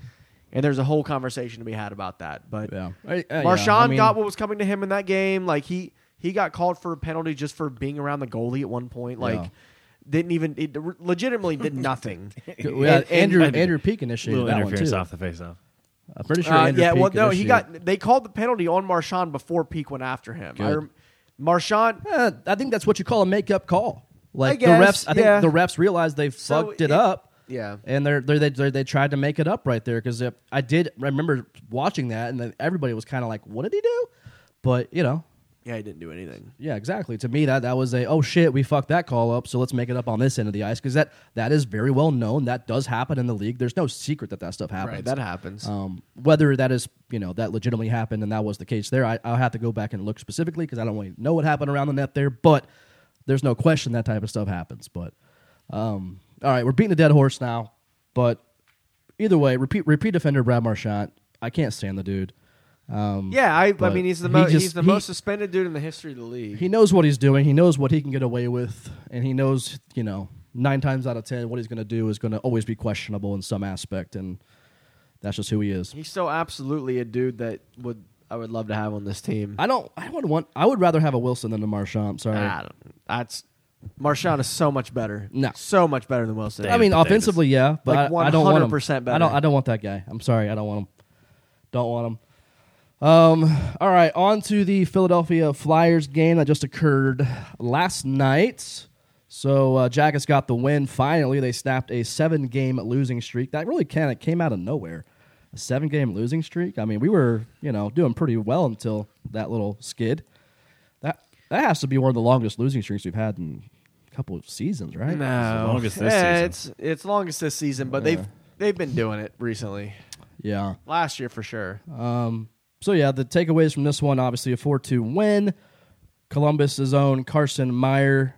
S2: And there's a whole conversation to be had about that. But
S1: Yeah. I- uh, yeah,
S2: Marshawn
S1: I mean-
S2: got what was coming to him in that game. Like he he got called for a penalty just for being around the goalie at one point. Like
S1: Yeah.
S2: didn't even it legitimately did nothing.
S1: We had
S2: And- and-
S1: Andrew
S3: and-
S1: Andrew Peak
S3: Little
S1: initiated that one
S3: interference
S1: too.
S3: off the face off.
S1: I'm pretty sure.
S2: Uh,
S1: Andrew
S2: yeah,
S1: Peak
S2: well, no, he
S1: initiated-
S2: got. They called the penalty on Marshawn before Peak went after him. I
S1: Good.
S2: rem- Marshawn,
S1: Uh, I think that's what you call a make-up call. Like
S2: guess,
S1: the refs, I think
S2: yeah.
S1: the refs realized they
S2: So
S1: fucked it,
S2: it-
S1: up.
S2: yeah.
S1: and they're, they're, they they they tried to make it up right there because I did remember watching that, and then everybody was kind of like, "What did he do?" But you know,
S2: yeah, he didn't do anything.
S1: yeah, exactly. To me, that that was a oh shit, we fucked that call up, so let's make it up on this end of the ice because that that is very well known. That does happen in the league. There's no secret that that stuff happens.
S2: Right, that happens.
S1: Um, whether that is, you know, that legitimately happened and that was the case there, I, I'll have to go back and look specifically because I don't really know what happened around the net there. But there's no question that type of stuff happens. But um, all right, we're beating a dead horse now. But either way, repeat repeat defender Brad Marchant. I can't stand the dude.
S2: yeah, I, I
S1: but
S2: mean, he's the
S1: he
S2: most
S1: just-
S2: he's the
S1: he-
S2: most suspended dude in the history of the league.
S1: He knows what he's doing. He knows what he can get away with, and he knows, you know, nine times out of ten, what he's going to do is going to always be questionable in some aspect, and that's just who he is.
S2: he's so absolutely a dude that would I would love to have on this team.
S1: I don't. I would want. I would rather have a Wilson than a Marchand. Sorry.
S2: I don't, that's Marshawn is so much better.
S1: No.
S2: so much better than Wilson.
S1: I mean, offensively, yeah, but
S2: Like
S1: I, I don't want him.
S2: 100%
S1: I don't.
S2: better.
S1: I don't want that guy. I'm sorry. I don't want him. Don't want him. Um. All right. On to the Philadelphia Flyers game that just occurred last night. So uh, Jackets got the win. Finally, they snapped a seven-game losing streak. That really kind of came out of nowhere. A seven-game losing streak. I mean, we were you know doing pretty well until that little skid. That that has to be one of the longest losing streaks we've had in a couple of seasons, right?
S2: no,
S3: longest this
S2: yeah,
S3: season.
S2: it's it's longest this season, but they've they've been doing it recently.
S1: Yeah.
S2: Last year for sure.
S1: Uh, Um, So yeah, the takeaways from this one obviously a four-two win. Columbus's own Carson Meyer,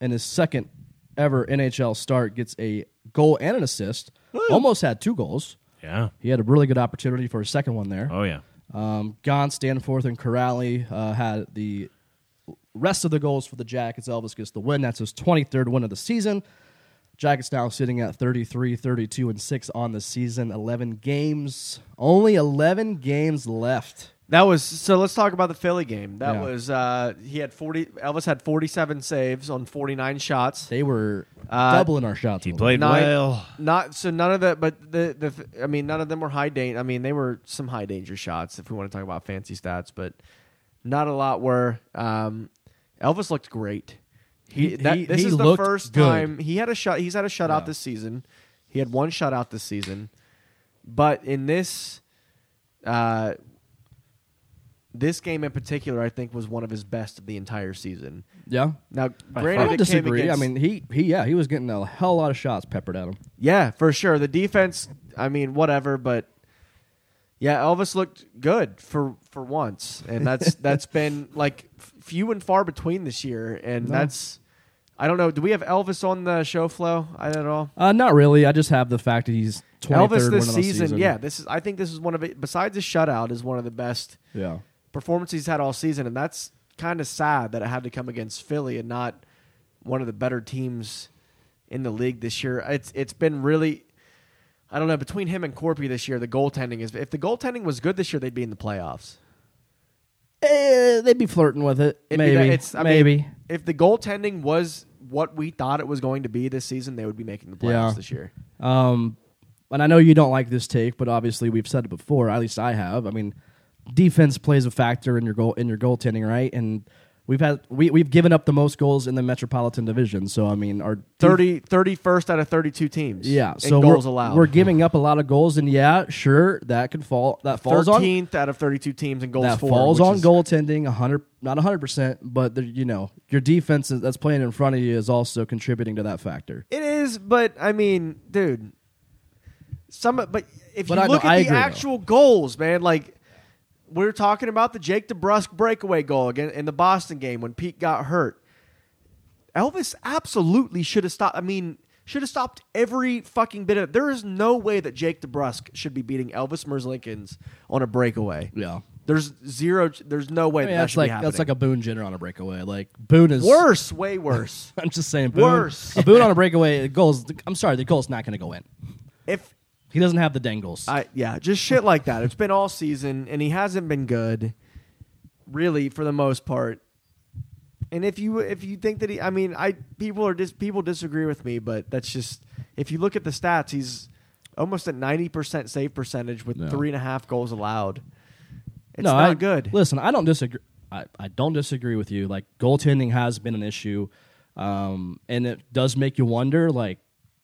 S1: in his second ever NHL start, gets a goal and an assist. Almost had two goals.
S3: Yeah.
S1: He had a really good opportunity for a second one there.
S3: Oh yeah.
S1: Um, Gone, Stanforth, and Corrali uh, had the rest of the goals for the Jackets. Elvis gets the win. That's his 23rd win of the season. Jackets now sitting at 33, 32, and 6 on the season. 11 games. Only 11 games left.
S2: That was so. Let's talk about the Philly game. That
S1: Yeah.
S2: was uh, he had forty. Elvis had forty-seven saves on forty-nine shots.
S1: They were
S2: Uh,
S1: doubling our shots.
S3: He
S1: a little
S3: played
S2: Nine-
S3: well.
S2: Not so none of that, but the the I mean none of them were high danger. I mean they were some high danger shots if we want to talk about fancy stats, but not a lot were. Um, Elvis looked great. He,
S1: He-
S2: that,
S1: he-
S2: this
S1: he
S2: is the
S1: looked
S2: first
S1: good.
S2: time he had a shot. He's had a shutout
S1: Yeah.
S2: this season. He had one shutout this season, but in this. Uh, this game in particular, I think, was one of his best of the entire season.
S1: bit. Yeah.
S2: Now,
S1: I
S2: granted, it
S1: don't
S2: came
S1: disagree. I
S2: against-
S1: mean, he, he, yeah, he was getting a hell lot of shots peppered at him.
S2: Yeah, for sure. The defense, I mean, whatever, but yeah, Elvis looked good for for once, and that's that's been like f- few and far between this year, and that's I don't know. Do we have Elvis on the show flow at all?
S1: Uh, not really. I just have the fact that he's 23rd
S2: Elvis
S1: win
S2: this
S1: of the
S2: season, yeah, this is I think this is one of it. Besides the shutout, is one of the best
S1: Yeah.
S2: performances he's had all season, and that's kind of sad that it had to come against Philly and not one of the better teams in the league this year. It's it's been really, I don't know, between him and Corpy this year, the goaltending is. If the goaltending was good this year, they'd be in the playoffs.
S1: Eh, they'd be flirting with it.
S2: It'd be
S1: maybe.
S2: that- it's- I mean,
S1: maybe.
S2: if the goaltending was what we thought it was going to be this season, they would be making the playoffs
S1: Yeah.
S2: this year.
S1: Um, and I know you don't like this take, but obviously we've said it before. At least I have. I mean, defense plays a factor in your goal in your goaltending, right? And We've had we we've given up the most goals in the Metropolitan Division. So I mean, our
S2: 30, 31st out of 32 teams.
S1: yeah.
S2: in
S1: So
S2: goals
S1: we're,
S2: allowed.
S1: we're giving up a lot of goals, and yeah, sure that could fall that falls on
S2: 13th out of 32 teams in goals
S1: that
S2: for.
S1: falls
S2: which
S1: on
S2: is-
S1: goaltending 100 not 100% but the, you know your defense is- that's playing in front of you is also contributing to that factor
S2: It is, but I mean, dude, some. But if
S1: But
S2: you
S1: I know-
S2: look
S1: I
S2: at
S1: agree,
S2: the
S1: though.
S2: actual goals, man, like we are talking about the Jake DeBrusque breakaway goal again in the Boston game when Pete got hurt. Elvis absolutely should have stopped. I mean, should have stopped every fucking bit of it. There is no way that Jake DeBrusque should be beating Elvis Merzlikins on a breakaway.
S1: yeah
S2: There's zero. There's no way
S1: I mean,
S2: that, that
S1: that's
S2: should
S1: like
S2: be happening.
S1: that's like a Boone Jenner on a breakaway like Boone is
S2: worse, way worse.
S1: I'm just saying Boone,
S2: Worse.
S1: a Boone on a breakaway the goals I'm sorry the goal's not going to go in
S2: if
S1: he doesn't have the dangles
S2: I yeah, just shit like that. It's been all season, and he hasn't been good, really, for the most part. And if you if you think that he, I mean, I people are dis, people disagree with me, but that's just if you look at the stats, he's almost at ninety percent save percentage with
S1: No.
S2: three and a half goals allowed. It's
S1: no
S2: not
S1: I-
S2: good.
S1: listen I don't disagree I, I don't disagree with you like goaltending has been an issue um, and it does make you wonder like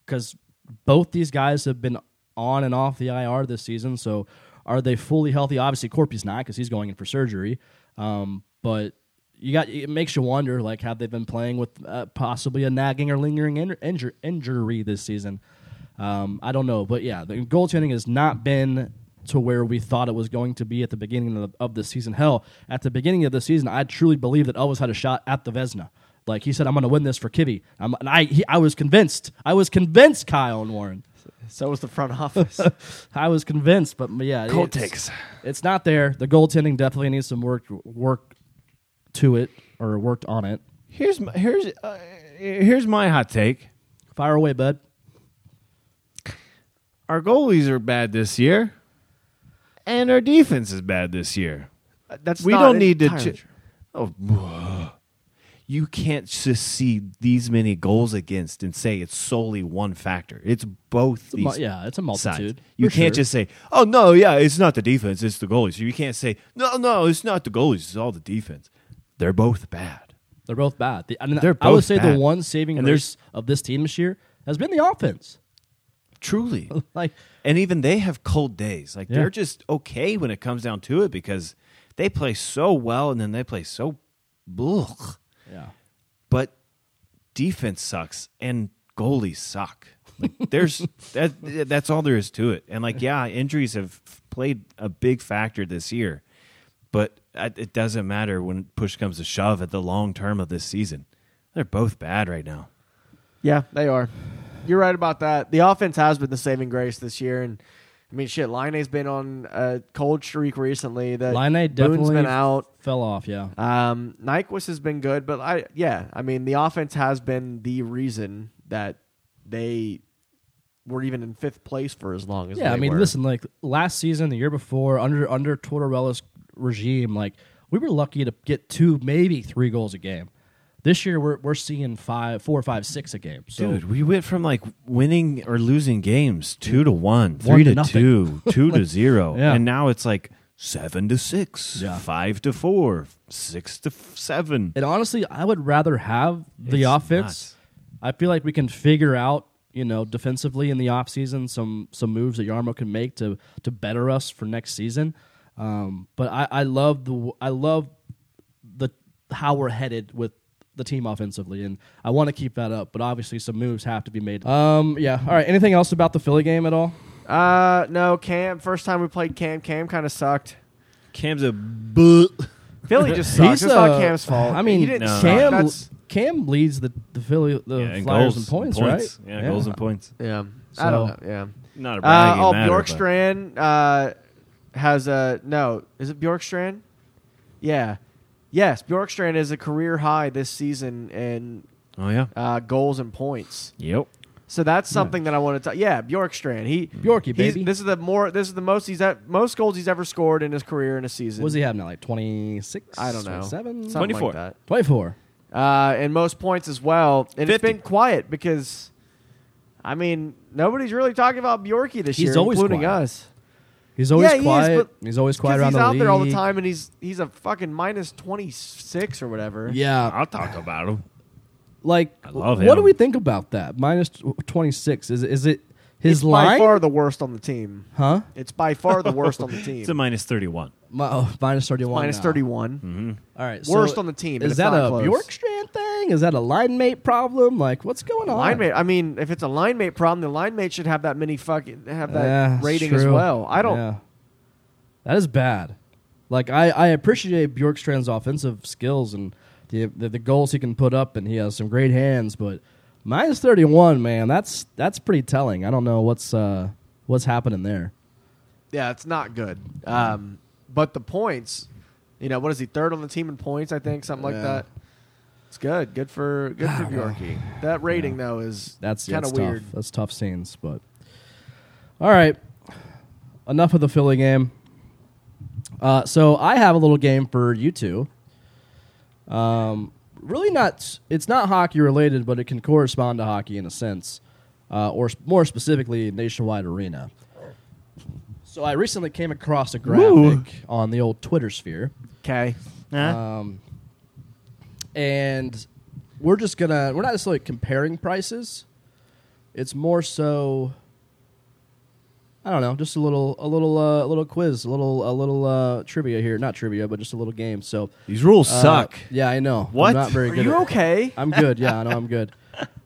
S1: because both these guys have been on and off the IR this season. So are they fully healthy? Obviously, Corpy's not because he's going in for surgery. Um, but you got it makes you wonder like have they been playing with uh, possibly a nagging or lingering in, injur- injury this season? Um, I don't know, but yeah, the goaltending has not been to where we thought it was going to be at the beginning of the, of the season. Hell, at the beginning of the season, I truly believe that Elvis had a shot at the Vesna. Like he said, I'm going to win this for Kivy. I'm, and I, he, I was convinced. I was convinced, Kyle and Warren.
S2: so was the front office.
S1: I was convinced, but yeah,
S3: Cold
S1: it's-
S3: takes.
S1: It's not there. The goaltending definitely needs some work work to it or worked on it.
S3: Here's my, here's uh, here's my hot take.
S1: Fire away, bud.
S3: Our goalies are bad this year, and our defense is bad this year.
S2: that's
S3: we
S2: not
S3: don't need to.
S2: entirely
S3: ch-
S2: true.
S3: oh, you can't just see these many goals against and say it's solely one factor. It's both.
S1: mu-
S3: these
S1: yeah, it's a multitude,
S3: sides. You
S1: for
S3: can't
S1: sure.
S3: just say, "Oh no, yeah, it's not the defense, it's the goalies." You can't say, "No, no, it's not the goalies, it's all the defense." They're both bad.
S1: They're both bad. The- I, mean,
S3: They're
S1: I would
S3: both
S1: say the
S3: bad.
S1: one saving
S3: And
S1: grace of this team this year has been the offense.
S3: Truly.
S1: Like
S3: and even they have cold days. Like
S1: Yeah.
S3: they're just okay when it comes down to it because they play so well and then they play so ugh.
S1: yeah.
S3: But defense sucks and goalies suck. Like there's that that's all there is to it. And like yeah, injuries have played a big factor this year. But I- it doesn't matter when push comes to shove at the long term of this season. They're both bad right now.
S2: Yeah, they are. You're right about that. The offense has been the saving grace this year, and I mean, shit, Line's been on a cold streak recently. That
S1: Line A
S2: Boone's
S1: definitely
S2: been out.
S1: fell off, yeah.
S2: Um, Nyquist has been good, but I, yeah, I mean, the offense has been the reason that they were even in fifth place for as long as
S1: Yeah, I
S2: they
S1: mean,
S2: were.
S1: listen, like last season, the year before, under under Tortorella's regime, like we were lucky to get two, maybe three goals a game. This year, we're we're seeing five, four, five, six a game. So
S3: Dude, we went from like winning or losing games two to one, three
S1: One to
S3: to,
S1: nothing.
S3: two, two to zero,
S1: Yeah.
S3: and now it's like seven to six,
S1: Yeah.
S3: five to four, six to f- seven.
S1: And honestly, I would rather have the
S3: It's
S1: offense.
S3: nuts.
S1: I feel like we can figure out, you know, defensively in the offseason some some moves that Yarmo can make to to better us for next season. Um, but I, I love the I love the how we're headed with the team offensively, and I want to keep that up. But obviously, some moves have to be made. Um, yeah. All right. Anything else about the Philly game at all?
S2: uh, no, Cam. First time we played Cam, Cam kind of sucked.
S3: Cam's a bu-
S2: Philly just sucks. It's not
S1: uh,
S2: Cam's fault.
S1: I mean,
S2: he didn't
S3: No.
S2: suck.
S1: Cam
S2: That's-
S1: Cam leads the the Philly the
S3: Yeah, and
S1: Flyers
S3: goals
S1: in points, right?
S3: Yeah, goals and points.
S2: yeah, I
S1: So-
S2: don't know. Yeah.
S3: Not a
S2: Uh,
S3: bragging
S2: oh,
S3: matter, but-
S2: Bjorkstrand uh, has a no. Is it Bjorkstrand? Yeah, yes. Bjorkstrand is a career high this season in
S3: Oh yeah,
S2: uh, goals and points.
S3: yep.
S2: So
S3: Hmm.
S2: that's something that I want to talk. Yeah, Bjorkstrand. He
S1: Bjorky,
S2: he's-
S1: baby.
S2: This is the more. This is the most he's at most goals he's ever scored in his career in a season.
S1: What does he have now? Like 26?
S2: I don't know.
S1: 27?
S2: Something
S3: 24.
S2: Like
S1: 24.
S2: that. Uh, and most points as well. And it's
S3: 50.
S2: been quiet because, I mean, nobody's really talking about Bjorky this
S1: He's
S2: year,
S1: always
S2: including
S1: quiet.
S2: us.
S1: He's always
S2: Yeah, he is,
S1: quiet.
S2: but-
S1: he's always quiet
S2: 'Cause
S1: around
S2: he's
S1: the
S2: out there all the
S1: league.
S2: time, and he's he's a fucking minus twenty six or whatever.
S1: Yeah,
S3: I'll talk about him.
S1: like
S3: I love
S1: What do
S3: him.
S1: we think about that? Minus twenty six. Is is it his
S2: it's by
S1: line?
S2: far the worst on the team.
S1: huh?
S2: It's by far the worst on the team.
S3: It's a minus thirty-one.
S1: Mi- oh, minus thirty one.
S2: minus thirty one.
S3: Mm-hmm.
S1: All right.
S2: Worst
S1: so
S2: on the team, and
S1: Is
S2: it's
S1: that
S2: not
S1: a
S2: close.
S1: Bjorkstrand thing? Is that a line mate problem? Like, what's going on?
S2: Line mate. I mean, if it's a line mate problem, the line mate should have that many fucking have that
S1: Yeah, it's
S2: rating as
S1: true.
S2: well. I don't.
S1: Yeah. That is bad. Like I, I appreciate Bjorkstrand's offensive skills and the, the the goals he can put up, and he has some great hands. But minus thirty one, man, that's that's pretty telling. I don't know what's uh, what's happening there.
S2: Yeah, it's not good. Um, but the points, you know, what is he third on the team in points? I think something
S1: Yeah. Ah,
S2: like that. It's good. Good for good for Bjorky. That rating though is
S1: That's
S2: kind
S1: that's
S2: of
S1: tough.
S2: weird.
S1: That's tough scenes. But all right, enough of the Philly game. Uh, so I have a little game for you two. Um, really not. It's not hockey related, but it can correspond to hockey in a sense, uh, or s- more specifically, nationwide arena. So I recently came across a graphic on the old Twitter sphere
S2: Okay.
S1: Uh, and we're just gonna we're not necessarily comparing prices it's more so i don't know just a little a little uh, a little quiz a little a little uh, trivia here not trivia but just a little game so
S3: These rules
S1: uh,
S3: suck.
S1: yeah i know I'm
S3: What?
S1: not very
S2: Are
S1: good
S2: you
S1: at-
S2: okay?
S1: i'm good yeah i know i'm good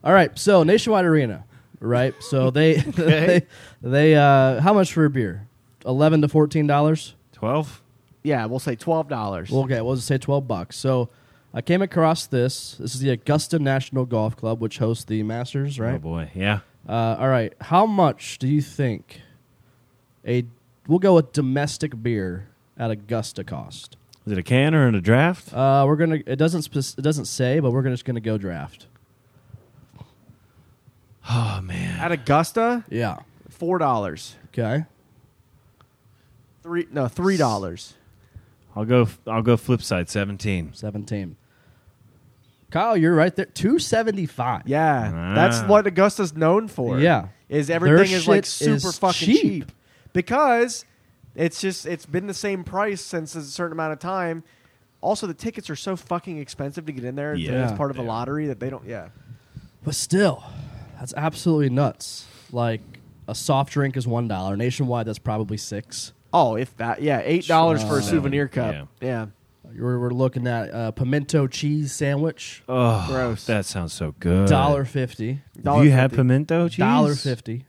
S1: all right so nationwide arena right so they they, they uh how much for a beer 11 to 14 dollars
S3: Twelve.
S2: Yeah, we'll say twelve dollars.
S1: well, okay, we'll just say twelve bucks. So I came across this. This is the Augusta National Golf Club, which hosts the Masters,
S3: Oh
S1: right?
S3: boy. Yeah.
S1: Uh, all right. How much do you think a we'll go with domestic beer at Augusta cost?
S3: Is it a can or in a draft?
S1: Uh, we're gonna. It doesn't. Spec- it doesn't say, but we're gonna, just gonna go draft.
S3: oh man.
S2: At Augusta,
S1: Yeah.
S2: four dollars.
S1: Okay.
S2: Three no three dollars.
S3: I'll go. I'll go flip side seventeen.
S1: Seventeen. Kyle, you're right there. Two seventy five.
S2: Yeah,
S3: Ah.
S2: that's what Augusta's known for.
S1: Yeah.
S2: is
S1: Their
S2: everything is like
S1: shit
S2: super
S1: is
S2: fucking
S1: cheap.
S2: cheap. because it's just it's been the same price since a certain amount of time. Also, the tickets are so fucking expensive to get in there
S3: Yeah,
S2: as part of a
S3: they are.
S2: lottery that they don't. Yeah,
S1: But still, that's absolutely nuts. Like a soft drink is one dollar. Nationwide, that's probably six.
S2: oh, if that, yeah, eight dollars for a
S1: Seven,
S2: souvenir cup. Yeah,
S1: We're, we're looking at uh, pimento cheese sandwich,
S3: Oh,
S2: Gross.
S3: That sounds so good.
S1: dollar fifty,
S3: Have you had
S2: $1.50.
S3: pimento cheese?
S1: dollar fifty.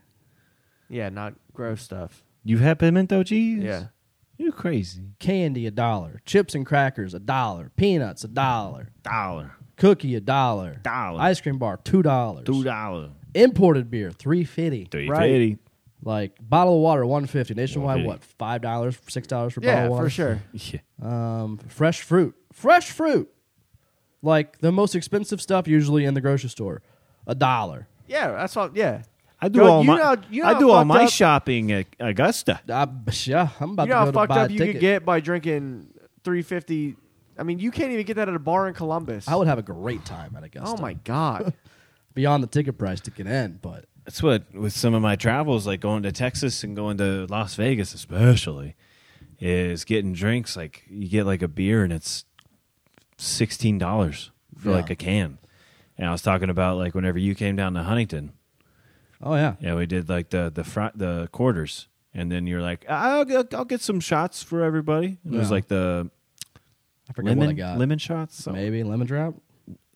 S2: Yeah, not gross stuff.
S3: You've had pimento cheese?
S2: Yeah.
S3: You crazy.
S1: Candy a dollar, chips and crackers a dollar, peanuts a dollar,
S3: Dollar.
S1: cookie a dollar,
S3: Dollar.
S1: ice cream bar two dollars,
S3: Two dollar.
S1: imported beer three fifty,
S3: Three
S2: Right.
S3: fifty.
S1: like bottle of water one fifty. Nationwide,
S3: 150.
S1: what five dollars, six dollars for bottle
S2: Yeah,
S1: of water
S2: for sure.
S3: Yeah.
S1: Um, fresh fruit, fresh fruit, like the most expensive stuff usually in the grocery store, a dollar.
S2: Yeah, that's all. Yeah,
S3: I do
S2: Yo,
S3: all
S2: you
S3: my
S2: know- you know
S3: I
S2: how
S3: do all
S2: fucked
S3: my
S2: up-
S3: shopping at Augusta.
S1: I, yeah, I'm about
S2: you know
S1: to
S2: how
S1: go to
S2: fucked
S1: buy
S2: up
S1: a
S2: you
S1: ticket.
S2: could get by drinking 350 i mean you can't even get that at a bar in columbus
S1: I would have a great time at Augusta.
S2: oh my god
S1: Beyond the ticket price to get in, but
S3: That's what with some of my travels, like going to Texas and going to Las Vegas, especially, is getting drinks. Like you get like a beer and it's sixteen dollars for
S1: Yeah.
S3: like a can. And I was talking about like whenever you came down to Huntington,
S1: oh yeah,
S3: yeah, we did like the the fr- the quarters, and then you're like, I'll, I'll, I'll get some shots for everybody. And It was
S1: Yeah.
S3: like the
S1: I forget what I
S3: lemon
S1: got.
S3: lemon shots,
S2: Oh.
S3: something.
S1: maybe lemon drop.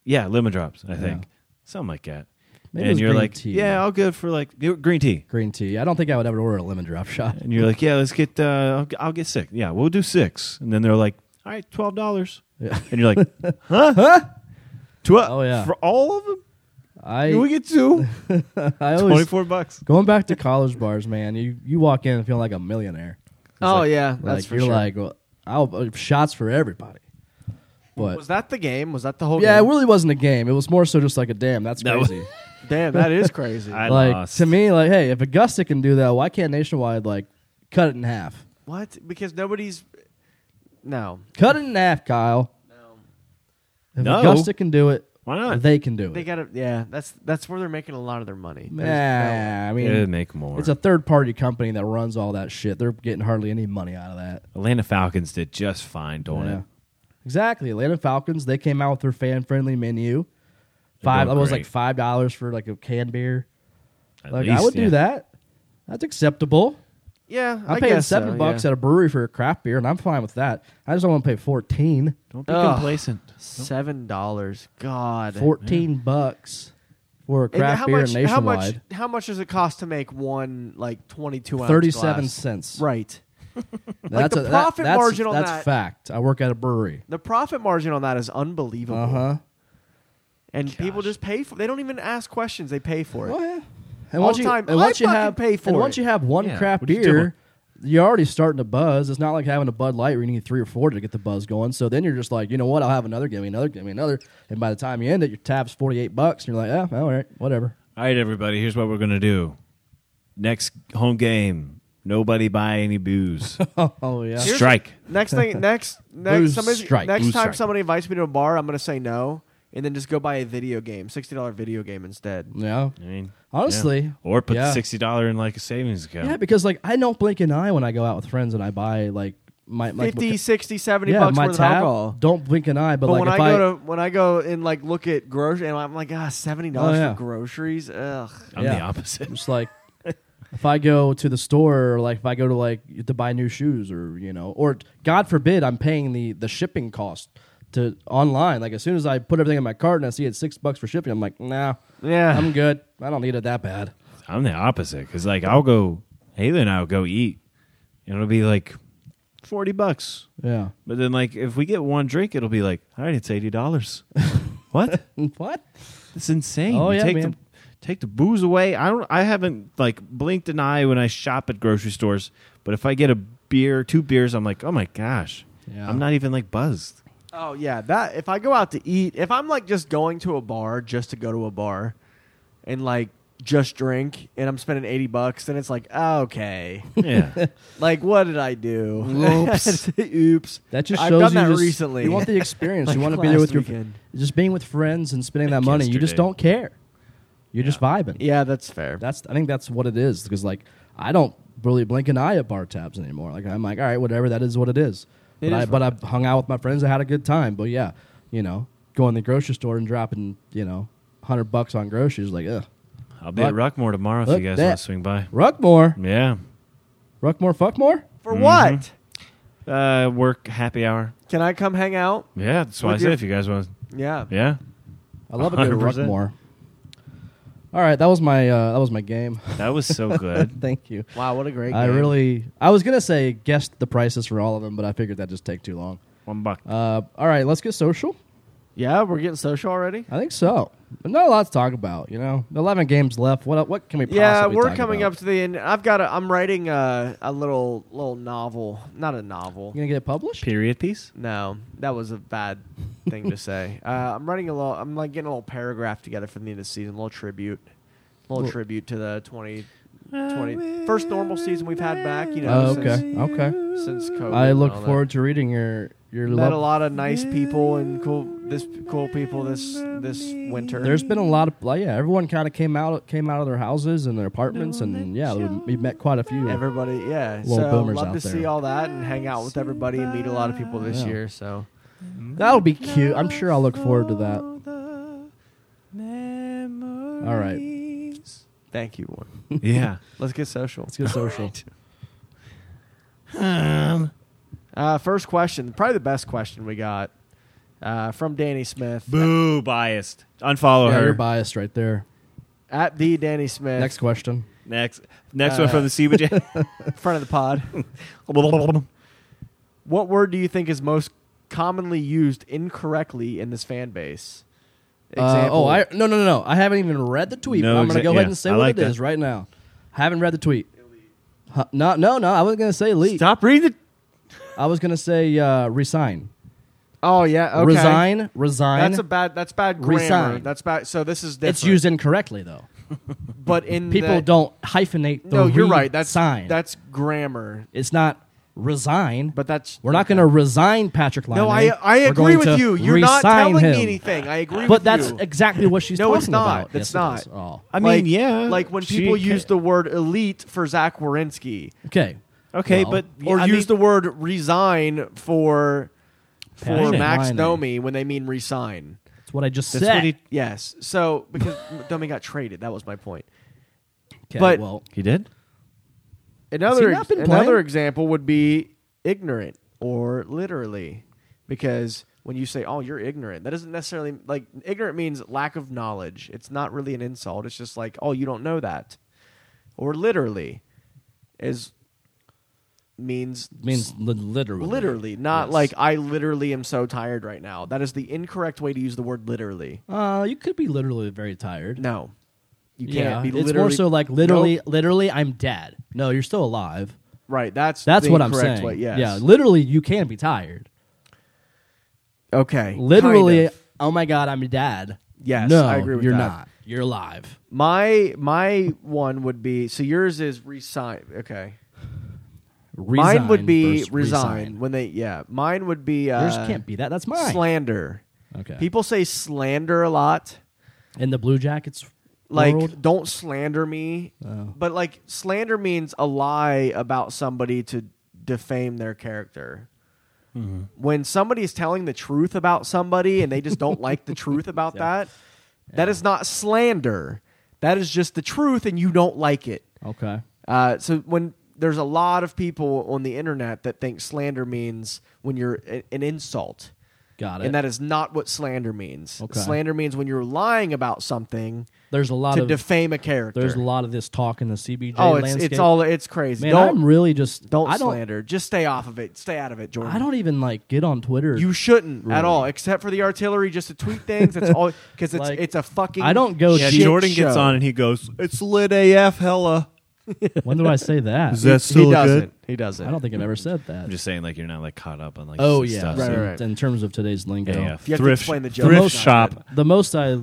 S3: Yeah, lemon drops, I think. Something like that.
S1: Maybe it
S3: and
S1: was
S3: you're
S1: green
S3: like,
S1: tea.
S3: yeah, I'll go for like green tea.
S1: Green tea. I don't think I would ever order a lemon drop shot.
S3: And you're like, yeah, let's get, uh, I'll, g- I'll get six. Yeah, we'll do six. And then they're like, all right, twelve dollars.
S1: Yeah.
S3: And you're like, huh? Huh? Twelve?
S1: Oh, yeah.
S3: For all of them?
S1: I,
S3: we get two?
S1: I
S3: Twenty
S1: always
S3: four bucks.
S1: going back to college bars, man. You you walk in feeling like a millionaire.
S2: oh yeah that's
S1: Like
S2: for
S1: you're
S2: sure
S1: like, well, I'll uh, shots for everybody. But
S2: was that the game was that the whole
S1: yeah, it
S2: game?
S1: really wasn't a game. It was more so just like a damn. That's
S3: No.
S1: crazy.
S2: damn that is crazy
S3: I
S1: like
S3: lost.
S1: to me, like hey, if Augusta can do that, why can't Nationwide like cut it in half?
S2: what because nobody's no
S1: Cut it in half, Kyle. If
S3: No.
S1: Augusta can do it,
S3: Why not?
S1: They can do
S2: They
S1: it.
S2: got to yeah. That's that's where they're making a lot of their money. There's no-
S1: Nah, I mean,
S3: It'd make more.
S1: it's a third party company that runs all that shit. They're getting hardly any money out of that.
S3: Atlanta Falcons did just fine doing
S1: Yeah.
S3: it.
S1: Exactly. Atlanta Falcons, they came out with their fan friendly menu. Five
S3: doing
S1: that was
S3: great.
S1: like five dollars for like a canned beer.
S3: At
S1: Like I
S3: least,
S1: would
S3: yeah.
S1: do that. That's acceptable.
S2: Yeah,
S1: I'm
S2: I
S1: paying
S2: guess
S1: seven
S2: so,
S1: bucks
S2: yeah.
S1: at a brewery for a craft beer, and I'm fine with that. I just don't want to pay fourteen.
S3: Don't be
S2: Ugh.
S3: complacent.
S2: seven dollars. God,
S1: Fourteen bucks for a
S2: And
S1: craft
S2: how
S1: beer
S2: much, How much?
S1: nationwide.
S2: How much does it cost to make one like twenty-two ounce?
S1: Thirty-seven
S2: glass?
S1: cents.
S2: Right.
S1: That's
S2: the
S1: a- that-
S2: profit
S1: that's-
S2: margin on
S1: that's
S2: that-
S1: fact. I work at a brewery.
S2: The profit margin on that is unbelievable.
S1: Uh huh.
S2: And people just pay for. They don't even ask questions. They pay for it.
S1: Oh, yeah. And
S2: All
S1: once
S2: the
S1: you,
S2: time.
S1: and
S2: I
S1: once you
S2: fucking
S1: have
S2: pay for
S1: and once
S2: it.
S1: you have one
S3: Yeah,
S1: craft
S3: what you
S1: beer, you're already starting to buzz. It's not like having a Bud Light where you need three or four to get the buzz going. So then you're just like, you know what? I'll have another. Give me another. Give me another. And by the time you end it, your tab's forty eight bucks, and you're like, oh, all right, whatever.
S3: All right, everybody. Here's what we're gonna do. Next home game. Nobody buy any booze.
S1: Oh yeah.
S2: Here's-
S3: Strike.
S2: Next thing, next, next,
S1: Lose
S2: somebody,
S1: strike.
S2: next
S1: Lose
S2: time
S1: strike.
S2: somebody invites me to a bar, I'm gonna say no, and then just go buy a video game, sixty dollar video game instead.
S1: Yeah.
S3: I mean,
S1: Honestly,
S3: yeah. or put
S1: yeah.
S3: the sixty dollar in like a savings account.
S1: Yeah, because like I don't blink an eye when I go out with friends and I buy like my like
S2: 50, 60, 70
S1: yeah
S2: bucks
S1: my
S2: worth
S1: tab.
S2: of alcohol.
S1: Don't blink an eye, but,
S2: But
S1: like
S2: when
S1: if
S2: I
S1: I,
S2: go to when I go and like look at grocery, and I'm like, ah, seventy dollars
S1: Oh, yeah.
S2: for groceries. Ugh.
S3: I'm the
S1: yeah.
S3: opposite.
S1: I'm just like if I go to the store, or like if I go to like to buy new shoes, or you know, or God forbid, I'm paying the the shipping cost to online. Like as soon as I put everything in my cart and I see it's six bucks for shipping, I'm like, nah,
S2: Yeah.
S1: I'm good. I don't need it that bad.
S3: I'm the opposite because like I'll go. Haley and I'll go eat, and it'll be like forty bucks.
S1: Yeah.
S3: But then like if we get one drink, it'll be like all right, it's eighty dollars. what?
S1: What?
S3: It's insane.
S1: Oh,
S3: You
S1: yeah,
S3: take
S1: man.
S3: The, take the booze away. I don't. I haven't like blinked an eye when I shop at grocery stores. But if I get a beer, two beers, I'm like, oh my gosh,
S1: Yeah.
S3: I'm not even like buzzed.
S2: Oh yeah, that if I go out to eat, if I'm like just going to a bar just to go to a bar, and like just drink, and I'm spending eighty bucks, then it's like, ah, okay.
S3: Yeah,
S2: Like, what did I do?
S1: Oops.
S2: Oops.
S1: That just
S2: I've
S1: shows you
S2: done that
S1: just-
S2: recently.
S1: You want the experience. you
S2: Like
S1: want to be there with
S2: last
S1: your
S2: weekend.
S1: just being with friends and spending that
S3: Like
S1: money. You just
S3: yesterday.
S1: don't care. You're just vibing.
S2: yeah, that's fair.
S1: That's I think that's what it is because like I don't really blink an eye at bar tabs anymore. Like I'm like, all right, whatever. That is what it is.
S2: It
S1: but
S2: is
S1: I but I hung out with my friends. I had a good time. But yeah, you know, going to the grocery store and dropping you know hundred bucks on groceries like ugh.
S3: I'll be at
S1: Look-
S3: Rockmore tomorrow if
S1: look
S3: you guys
S1: that.
S3: want to swing by.
S1: Ruckmore,
S3: Yeah,
S1: Ruckmore, fuckmore.
S2: For what?
S1: Mm-hmm.
S3: uh, work happy hour.
S2: Can I come hang out?
S3: Yeah, that's why I
S2: With your-
S3: said if you guys want.
S2: Yeah.
S3: Yeah,
S1: I love a good
S3: 100%.
S1: Ruckmore. All right, that was my uh, that was my game.
S3: that was so good.
S1: Thank you.
S2: Wow, what a great.
S1: I
S2: game.
S1: really I was gonna say guessed the prices for all of them, but I figured that'd just take too long.
S3: One buck.
S1: Uh, all right, let's get social.
S2: Yeah, we're getting social already.
S1: I think so. But not a lot to talk about, you know. Eleven games left. What what can we? Possibly
S2: Yeah, we're
S1: talk
S2: coming
S1: about?
S2: up to the end. I've got. A, I'm writing a, a little little novel. Not a novel.
S1: You gonna get it published?
S3: Period piece.
S2: No, that was a bad thing to say. Uh, I'm writing a little. I'm like getting a little paragraph together for the end of the season. A little tribute. A little tribute to the 20, 20 first normal season we've had back. You know.
S1: Oh, okay,
S2: Since,
S1: okay.
S2: Since COVID.
S1: I
S2: and
S1: look
S2: all that.
S1: forward to reading your your
S2: Mm. Met
S1: love.
S2: a lot of nice people and cool this cool people this this winter.
S1: There's been a lot of like, yeah. Everyone kind of came out came out of their houses and their apartments, and yeah, we, we met quite a few.
S2: everybody, yeah.
S1: Little
S2: so
S1: boomers
S2: love
S1: out
S2: to
S1: there.
S2: see all that and hang out with everybody and meet a lot of people this year. So
S1: That'll be cute. I'm sure I'll look forward to that. All right,
S2: thank you, Warren.
S3: Yeah.
S2: Let's get social.
S1: let's get social.
S2: Uh, first question, probably the best question we got uh, from Danny Smith
S3: Boo, biased. Unfollow
S1: yeah,
S3: her.
S1: you're biased right there.
S2: at the Danny Smith
S1: Next question.
S3: Next, next
S1: Uh,
S3: one from the CBJ.
S2: in front of the pod. what word do you think is most commonly used incorrectly in this fan base?
S1: Uh, oh, I no no no no. I haven't even read the tweet.
S3: No
S1: but I'm gonna
S3: exa-
S1: go ahead
S3: yeah,
S1: and say
S3: I
S1: what
S3: like
S1: it is
S3: that.
S1: right now. I haven't read the tweet. Huh, no no no. I was gonna say leak.
S2: stop reading.
S1: I was gonna say uh, resign.
S2: Oh yeah, okay.
S1: Resign. Resign.
S2: That's a bad. That's bad grammar.
S1: Resign.
S2: That's bad. So this is different.
S1: it's used incorrectly though.
S2: but in
S1: People
S2: the-
S1: don't hyphenate. The
S2: No, you're
S1: re-
S2: right. That's
S1: sign.
S2: That's grammar.
S1: it's not resign.
S2: But that's-
S1: we're not going to resign eh? Patrick Line.
S2: No, I I agree with you. You're not telling me anything. I agree.
S1: But
S2: with
S1: that's
S2: you.
S1: exactly what she's
S2: no,
S1: talking
S2: it's not.
S1: about. Yes,
S2: It's
S1: it
S2: not.
S1: is. Oh.
S3: I mean,
S2: Like-
S3: yeah,
S2: Like when
S3: she
S2: people
S3: ca-
S2: use the word elite for Zach Warinsky,
S1: Okay.
S3: Okay,
S1: Well,
S3: but
S2: or
S3: I
S2: use
S3: mean,
S2: the word resign for for
S1: Patrick
S2: Max
S1: Laine.
S2: Domi when they mean resign.
S1: That's what I just
S3: That's
S1: said.
S3: what he,
S2: Yes. So because Domi got traded, that was my point.
S1: okay,
S2: but-
S1: well,
S3: he did.
S2: Another
S1: not
S2: ex-
S1: been
S2: another
S1: playing?
S2: example would be ignorant or literally, because when you say "oh, you're ignorant," that doesn't necessarily like ignorant means lack of knowledge. It's not really an insult. It's just like "oh, you don't know that," or literally is means
S1: means li- literally.
S2: literally, not
S1: Yes.
S2: like I literally am so tired right now. That is the incorrect way to use the word literally.
S1: Uh, you could be literally very tired.
S2: No, you can't
S1: yeah,
S2: be.
S1: it's
S2: literally,
S1: more so like literally,
S2: Nope.
S1: literally, I'm dead. No, you're still alive.
S2: Right. That's
S1: That's
S2: the
S1: what I'm
S2: incorrect
S1: saying.
S2: Way. Yes.
S1: Yeah, literally, you can be tired.
S2: okay.
S1: Literally,
S2: Kind of.
S1: oh my god, I'm dead.
S2: Yes,
S1: no,
S2: I agree with
S1: you're
S2: that.
S1: not. You're alive.
S2: My my one would be so yours is resign. Okay.
S1: Resign
S2: mine would be
S1: versus
S2: resign, when they yeah. Mine would be uh,
S1: Yours can't be that. That's mine.
S2: slander.
S1: Okay.
S2: People say slander a lot.
S1: In the Blue Jackets,
S2: Like
S1: world? Oh.
S2: don't slander me. But like slander means a lie about somebody to defame their character. When somebody is telling the truth about somebody and they just don't like the truth about that, that is not slander. That is just the truth and you don't like it.
S1: Okay.
S2: Uh, so when there's a lot of people on the internet that think slander means when you're a- an insult,
S1: Got it.
S2: and that is not what slander means.
S1: Okay.
S2: Slander means when you're lying about something
S1: there's a lot
S2: to
S1: of
S2: defame a character.
S1: there's a lot of this talk in the CBJ
S2: oh, it's
S1: landscape.
S2: it's all it's crazy.
S1: man.
S2: don't
S1: I'm really just
S2: don't
S1: I don't
S2: slander. Just stay off of it. Stay out of it, Jordan.
S1: I don't even like get on Twitter.
S2: You shouldn't at all, except for the artillery, just to tweet things. That's all because it's
S1: Like,
S2: it's a fucking.
S1: I don't go
S3: Yeah,
S1: Shit
S3: Jordan gets
S2: show.
S3: on and he goes, "It's lit AF, hella."
S1: when do I say that?
S3: Is that still
S2: he doesn't.
S3: good?
S2: He doesn't.
S1: I don't think I've ever said that.
S3: I'm just saying, like you're not like caught up on like
S1: oh
S3: s-
S1: yeah,
S3: stuff.
S2: Right,
S1: in,
S3: so-
S2: right.
S1: in terms of today's lingo,
S3: AF.
S2: You have to
S3: thrift
S2: explain the joke.
S3: thrift
S2: It's not
S3: shop.
S1: the most I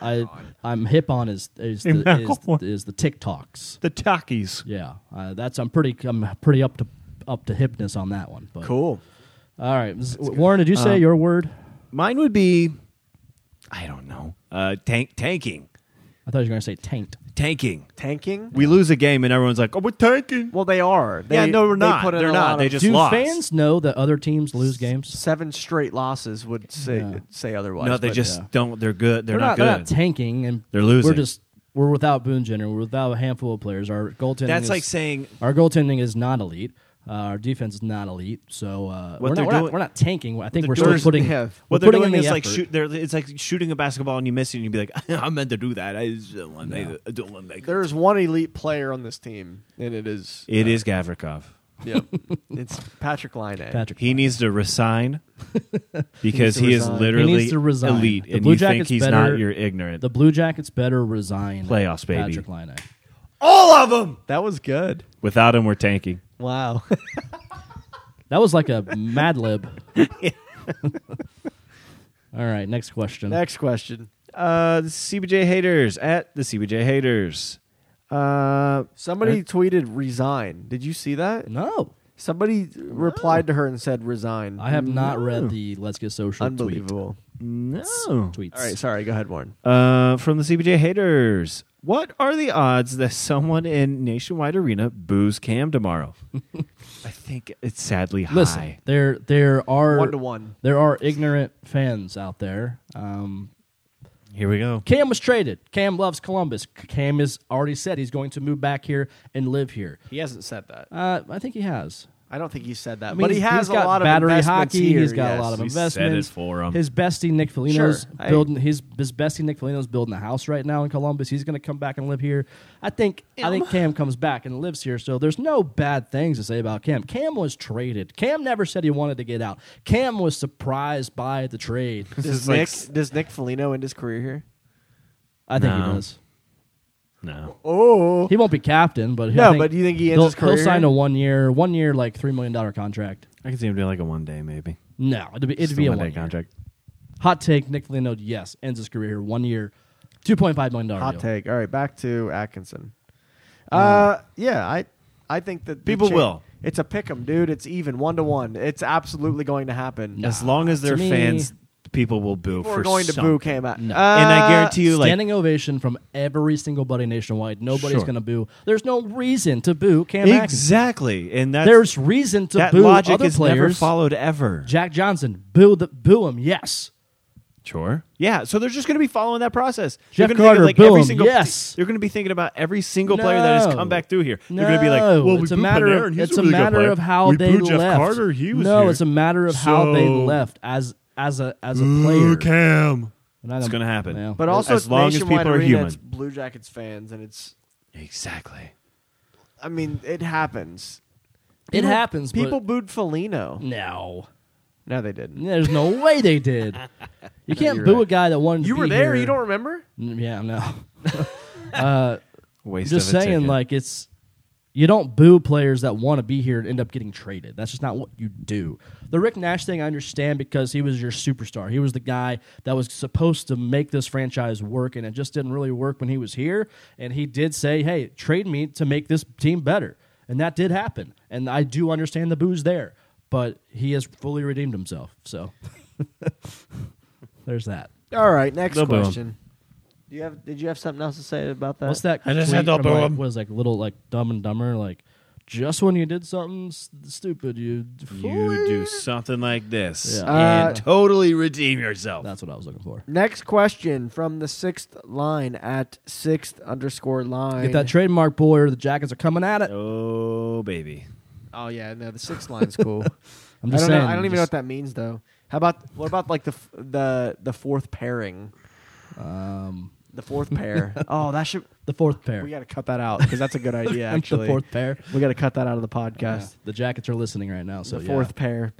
S1: I I'm hip on is is
S3: Hey,
S1: the,
S3: Macklemore.
S1: is, is the TikToks.
S3: The Takis.
S1: Yeah, uh, that's I'm pretty I'm pretty up to up to hipness on that one. But
S2: Cool.
S1: All right, Z- Warren, did you say
S3: Um,
S1: your word?
S3: Mine would be, I don't know, uh, tank tanking,
S1: I thought you were going to say taint.
S3: tanking.
S2: Tanking.
S3: We lose a game and everyone's like, "Oh, we're tanking."
S2: Well, they are. They,
S3: yeah, no, we're
S2: they
S3: not.
S2: put in
S3: They're
S2: a lot
S3: not. They
S2: of-
S3: just
S1: Do
S3: lost.
S1: fans know that other teams lose games?
S2: seven straight losses would say say otherwise.
S3: no, they
S2: but-
S3: just don't. They're good. They're,
S1: They're
S3: not,
S1: not, they're
S3: good.
S1: not tanking, and
S3: They're losing.
S1: We're just we're without Boone Jenner. We're without a handful of players. Our goaltending
S3: That's
S1: is,
S3: like saying
S1: our goaltending is not elite. Uh, our defense is not elite. So uh, we're, not, we're,
S3: they're
S1: not,
S3: doing-
S1: we're not tanking. I think we're
S3: they're
S1: still
S3: doing-
S1: putting
S2: yeah.
S1: we're
S3: what they're
S1: putting in
S3: doing is
S1: the
S3: like
S1: effort.
S3: shoot. They're, it's like shooting a basketball and you miss it and you'd be like, "I meant to do that. I just don't want to. I don't want to make it."
S2: there is one elite player on this team, and it is
S3: It is Gavrikov.
S2: yeah, it's Patrick Line.
S1: Patrick.
S3: He needs to resign because
S2: to
S3: he, is
S2: resign. He
S3: literally
S1: needs to resign.
S3: elite,
S1: The
S3: and
S1: Blue
S3: you think
S1: Jackets
S3: he's
S1: better-
S3: not. You're ignorant.
S1: the Blue Jackets better resign.
S3: Playoffs, baby.
S1: Patrick Laine.
S3: All of them.
S2: That was good.
S3: Without him, we're tanking.
S2: Wow.
S1: That was like a Mad Lib. All right, next question.
S2: Next question.
S3: Uh, the CBJ haters at the CBJ haters. Uh,
S2: Somebody tweeted resign. Did you see that?
S1: No,
S2: Somebody replied to her and said resign.
S1: I have not read the Let's Get Social
S2: Unbelievable.
S3: no.
S1: tweet. tweets.
S2: All right, sorry. Go ahead, Warren.
S3: Uh, from the CBJ haters. What are the odds that someone in Nationwide Arena boos Cam tomorrow? I think it's sadly high.
S1: Listen, there there are
S2: One to one.
S1: There are ignorant fans out there. Um,
S3: Here we go.
S1: Cam was traded. Cam loves Columbus. Cam has already said he's going to move back here and live here.
S2: He hasn't said that.
S1: Uh, I think he has.
S2: I don't think he said that.
S1: I mean,
S2: but he
S1: he's-
S2: has
S1: he's
S2: a
S1: got
S2: lot of
S1: battery
S2: investments
S1: hockey.
S2: here,
S1: he's got
S2: yes.
S1: a lot of
S3: He said it
S1: investments.
S3: for 'em.
S1: His bestie Nick Felino's
S2: Sure, I-
S1: building his his bestie Nick Felino's building a house right now in Columbus. He's going to come back and live here. I think I think Cam comes back and lives here. So there's no bad things to say about Cam. Cam was traded. Cam never said he wanted to get out. Cam was surprised by the trade.
S2: Does
S3: like
S2: Nick
S3: s-
S2: does Nick Foligno end his career here?
S1: I think he
S3: No.
S1: does.
S3: No.
S2: Oh,
S1: He won't be captain, but
S2: No,
S1: I think
S2: but do you think he ends
S1: he'll-
S2: his career
S1: He'll sign
S2: here?
S1: a one year, one year like three million dollar contract.
S3: I can see him doing like a one day maybe.
S1: No, it'd be, it'd
S3: Just
S1: be a
S3: one-day
S1: one year.
S3: contract.
S1: Hot take: Nick Foligno, yes, ends his career here. One year, two point five million dollar
S2: Hot
S1: deal.
S2: take. All right, back to Atkinson. Uh, yeah, I, I think that the
S3: Hmm. People will.
S2: It's a pick 'em, dude. It's even one to one. It's absolutely going to happen.
S3: as long as they're
S1: to me-
S3: fans, people will boo
S2: People
S3: for
S2: are going to
S3: something.
S2: boo came Uh, out.
S1: No.
S3: and I guarantee you, like
S1: Uh, Standing ovation from every single buddy nationwide. Nobody's
S3: Sure.
S1: going to boo. There's no reason to boo Cam Atkinson.
S3: exactly, and that's
S1: There's reason to
S3: that
S1: boo
S3: logic
S1: other
S3: is
S1: players.
S3: never followed ever.
S1: Jack Johnson, boo the boo him. Yes,
S3: Sure. Yeah. So they're just going to be following that process.
S1: Jeff
S3: they're gonna
S1: Carter,
S3: think of, like every
S1: boom,
S3: single.
S1: yes.
S3: They're going to be thinking about every single player that has
S1: No.
S3: come back through here.
S1: no.
S3: They're going to be like, well,
S1: it's
S3: we
S1: a
S3: booed
S1: matter
S3: Panarin,
S1: of
S3: he's
S1: it's
S3: a,
S1: a,
S3: really good
S1: matter
S3: player.
S1: of how
S3: we
S1: they
S3: booed Jeff
S1: left.
S3: Carter, he was
S1: no,
S3: here.
S1: it's a matter of how they
S3: So-
S1: left as as a as a player.
S3: Cam.
S1: And I
S3: It's
S1: don't-
S3: going to happen.
S1: Yeah.
S2: But also,
S3: As
S2: it's
S3: long as
S2: nationwide
S3: people are
S2: arena,
S3: human.
S2: It's Blue Jackets fans, and it's.
S3: Exactly.
S2: I mean, it happens.
S1: it happens. People
S2: People booed Foligno.
S1: no,
S2: No, they didn't.
S1: there's no way they did. You can't
S2: you're
S1: boo
S2: right.
S1: a guy that wanted.
S2: You
S1: to
S2: were
S1: be
S2: there.
S1: Here.
S2: You don't remember?
S1: don't. Mm, Yeah, no.
S3: Waste
S1: just
S3: of a
S1: saying,
S3: ticket.
S1: like it's you don't boo players that want to be here and end up getting traded. That's just not what you do. The Rick Nash thing I understand because he was your superstar. He was the guy that was supposed to make this franchise work, and it just didn't really work when he was here. And he did say, "Hey, trade me to make this team better," and that did happen. And I do understand the booze there, but he has fully redeemed himself. So there's that.
S2: All right. Next
S3: They'll boo 'em.
S2: question. Do you have? Did you have something else to say about that?
S1: What's that?
S5: I just
S1: tweet
S5: had to
S1: from,
S5: boo
S1: like,
S5: him.
S1: Was like little like Dumb and Dumber like. Just when you did something s- stupid, you.
S3: you do something like this
S1: Yeah.
S3: and totally redeem yourself.
S1: That's what I was looking for.
S2: Next question from the sixth line at sixth underscore line.
S1: Get that trademark, boy, or the Jackets are coming at it.
S3: Oh baby.
S2: oh yeah, no, the sixth line's cool.
S1: I'm just
S2: I don't
S1: saying.
S2: know. I don't even know what that means though. How about what about like the f- the the fourth pairing?
S1: Um,
S2: The fourth pair. oh, that should
S1: the fourth pair.
S2: we got to cut that out because that's a good idea. Actually,
S1: the fourth pair.
S2: we got to cut that out of the podcast.
S1: Yeah. The Jackets are listening right now, so
S2: the
S1: yeah.
S2: fourth pair.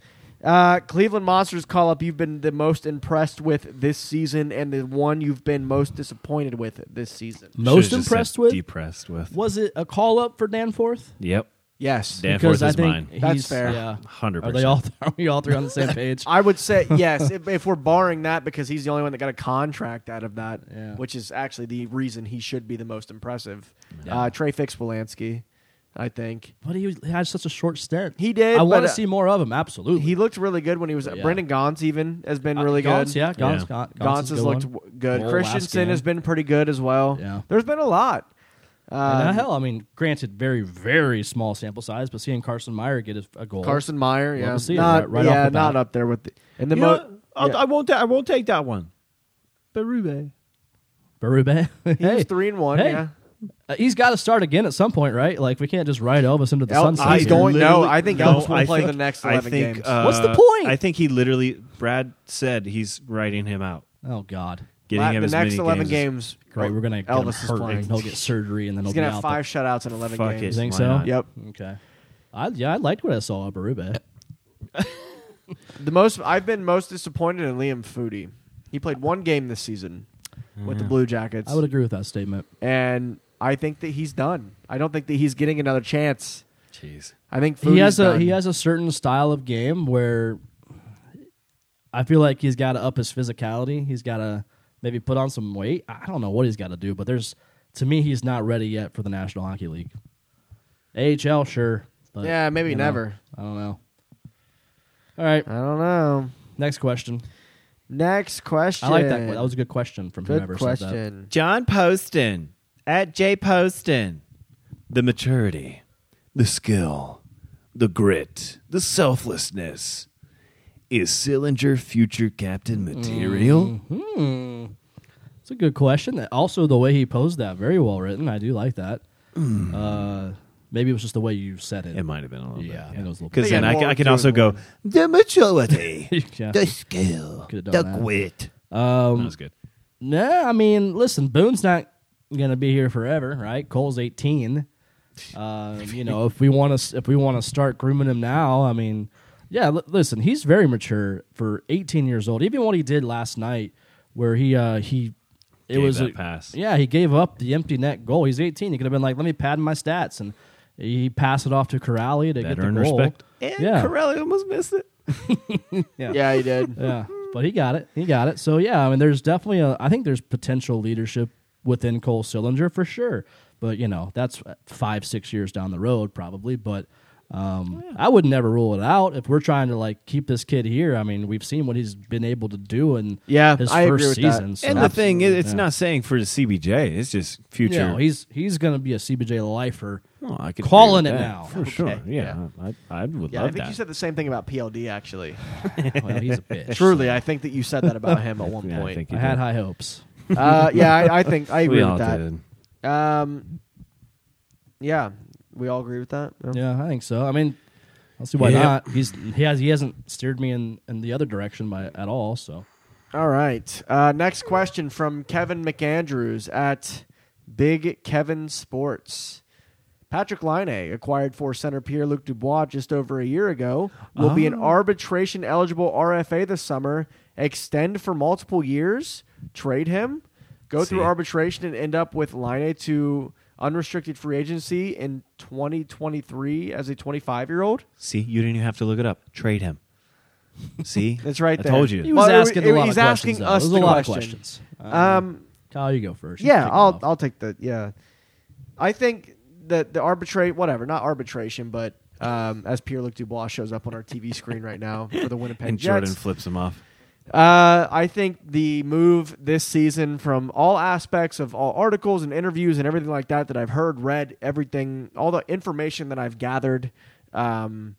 S2: Uh, Cleveland Monsters call up. You've been the most impressed with this season, and the one you've been most disappointed with this season.
S1: Most
S3: Should've just
S1: impressed
S3: said
S1: with
S3: Depressed with.
S1: was it a call up for Danforth?
S3: Yep.
S2: Yes,
S3: Damn.
S1: because
S3: Danforth
S1: I
S3: is
S1: think
S3: mine.
S1: he's,
S2: That's fair.
S1: Yeah,
S3: 100%.
S1: Are they all? Are we all three on the same page?
S2: I would say yes if, if we're barring that because he's the only one that got a contract out of that,
S1: Yeah.
S2: which is actually the reason he should be the most impressive.
S1: Yeah.
S2: Uh, Trey Fix Polanski, I think
S1: but he had such a short stint.
S2: He did,
S1: I want
S2: but,
S1: to
S2: uh,
S1: see more of him. Absolutely.
S2: he looked really good when he was.
S1: Oh, Yeah.
S2: Brendan Gaunce even has been
S1: Uh,
S2: really
S1: Gaunt's,
S2: good.
S1: Yeah, Gaunt's,
S3: Yeah.
S1: Gaunt,
S2: Gaunce
S1: a
S2: has
S1: good
S2: looked
S1: one.
S2: w- good.
S1: Goal last
S2: Christensen has
S1: game.
S2: been pretty good as well.
S1: Yeah.
S2: there's been a lot.
S1: And, uh,
S2: Um,
S1: hell, I mean, granted, very very small sample size, but seeing Carson Meyer get a, a goal,
S2: Carson Meyer, yeah,
S1: to see it
S2: not
S1: right- right off
S2: yeah,
S1: the bat.
S2: not up there with the, and the
S3: You
S2: mo-
S3: know, I'll-
S2: yeah.
S3: I won't. ta- I won't take that one. Berube.
S1: Berube,
S2: he was
S1: hey,
S2: three and one.
S1: Hey.
S2: Yeah,
S1: uh, he's got to start again at some point, right? Like we can't just ride Elvis into the
S2: El-
S1: sunset.
S2: he's
S1: here.
S2: going- no,
S3: literally-
S2: I think Elvis will play the next 11 games.
S1: What's the point?
S3: uh, I think he literally. Brad said he's writing him out,
S1: Oh God!
S3: getting
S2: La-
S3: him
S2: the
S3: as
S2: next
S3: many
S2: eleven
S3: games.
S2: games.
S1: Right, we're gonna get him
S2: Elvis is
S1: hurt,
S2: playing.
S1: and He'll get surgery, and then
S2: He's
S1: he'll
S2: gonna
S1: be
S2: have
S1: out
S2: five shutouts in eleven
S3: Fuck
S2: games.
S3: it.
S1: You think
S3: Why
S1: so?
S3: not?
S2: Yep.
S1: the- okay. I yeah, I liked what I saw at Berube.
S2: The most I've been most disappointed in Liam Foodie. He played one game this season with the Blue Jackets,
S1: I would agree with that statement.
S2: and I think that he's done. I don't think that he's getting another chance.
S3: Jeez.
S2: I think Foodie's
S1: he has a
S2: done.
S1: he has a certain style of game where I feel like he's got to up his physicality. He's got to maybe put on some weight. I I don't know what he's got to do, but there's to me he's not ready yet for the National Hockey League. AHL, sure. But,
S2: Yeah, maybe
S1: you know,
S2: never.
S1: I don't know. All right,
S2: I don't know.
S1: next question.
S2: Next question.
S1: I like that. que- That was a good question from
S2: good
S1: whoever said
S2: question.
S3: John Poston at J Poston. The maturity, the skill, the grit, the selflessness. Is Sillinger future captain material?
S1: Mm-hmm. that. It's a good question. Also, the way he posed that, very well written. I do like that. Uh, maybe it was just the way you said it.
S3: Hmm. It might have been a little
S1: Yeah, I think
S3: bit.
S1: it was a little-
S3: Because
S2: They
S3: then
S2: had
S3: I, ca-
S2: more
S3: I can
S2: to
S3: also
S2: it
S3: go, the maturity,
S1: Yeah.
S3: the skill,
S1: Could've done
S3: the
S1: that. Um,
S3: grit. that was good.
S1: No, I mean, listen, Boone's not gonna be here forever, right? Cole's eighteen. Uh, you know, if we want to, if we want to start grooming him now, I mean, yeah. L- listen, he's very mature for eighteen years old. Even what he did last night, where he uh, he, it
S3: Gave
S1: was
S3: that
S1: a-
S3: pass.
S1: Yeah, he gave up the empty net goal. He's eighteen. He could have been like, let me pad my stats, and he passed it off to Corrali to get
S3: Better
S1: the
S3: in
S1: goal.
S3: respect.
S1: yeah,
S3: Corelli almost missed it.
S2: Yeah, he did.
S1: yeah, but he got it. He got it. So yeah, I mean, there's definitely a. I think there's potential leadership within Cole Sillinger for sure. But you know, that's five six years down the road probably. But Um, I would never rule it out if we're trying to like keep this kid here. I mean, we've seen what he's been able to do in
S2: Yeah,
S1: his
S2: I agree
S1: first
S2: with that.
S1: season. so-
S3: and the thing is, it's
S1: yeah.
S3: not saying for the CBJ. It's just future.
S1: No, he's he's going to be a CBJ lifer.
S3: Well, I could agree
S1: calling
S3: with
S1: it
S3: that,
S1: now.
S3: for sure. Yeah, I, I would
S2: Yeah,
S3: love
S2: I think
S3: that.
S2: you said the same thing about PLD actually.
S1: Well, he's a bitch.
S2: Truly, I think that you said that about him at one
S3: Yeah, I
S2: point.
S3: think
S1: I
S3: you
S1: had
S3: did.
S1: high hopes.
S2: uh, yeah, I, I think I agree
S3: we
S2: with
S3: all
S2: that.
S3: did.
S2: Um, yeah, we all agree with that.
S1: Yeah, I think so. I mean, I'll see why
S3: Yep.
S1: not. He's he has he hasn't steered me in, in the other direction by at all. So
S2: All right. Uh, next question from Kevin McAndrews at Big Kevin Sports. Patrick Line, acquired for center Pierre Luc Dubois just over a year ago, will be an arbitration eligible RFA this summer. Extend for multiple years, trade him, go
S3: See.
S2: through arbitration, and end up with Line to unrestricted free agency in 2023 as a 25 year old.
S3: See, you didn't even have to look it up. Trade him. See,
S2: That's right
S3: I
S2: there.
S3: told you.
S1: he was
S2: Well, it-
S1: asking
S2: it-
S1: a lot
S2: he's
S1: of questions.
S2: asking
S1: though.
S2: us
S1: There's
S2: the
S1: a lot of
S2: question.
S1: questions.
S2: Um,
S1: Kyle, you go first. You
S2: Yeah,
S1: kick it
S2: I'll
S1: off.
S2: I'll take the yeah. I think that the arbitrate whatever, not arbitration, but um, as Pierre Luc Dubois shows up on our TV screen right now for the Winnipeg
S3: and
S2: Jets.
S3: Jordan flips him off.
S2: Uh, I think the move this season, from all aspects of all articles and interviews and everything like that that I've heard, read, everything, all the information that I've gathered, um,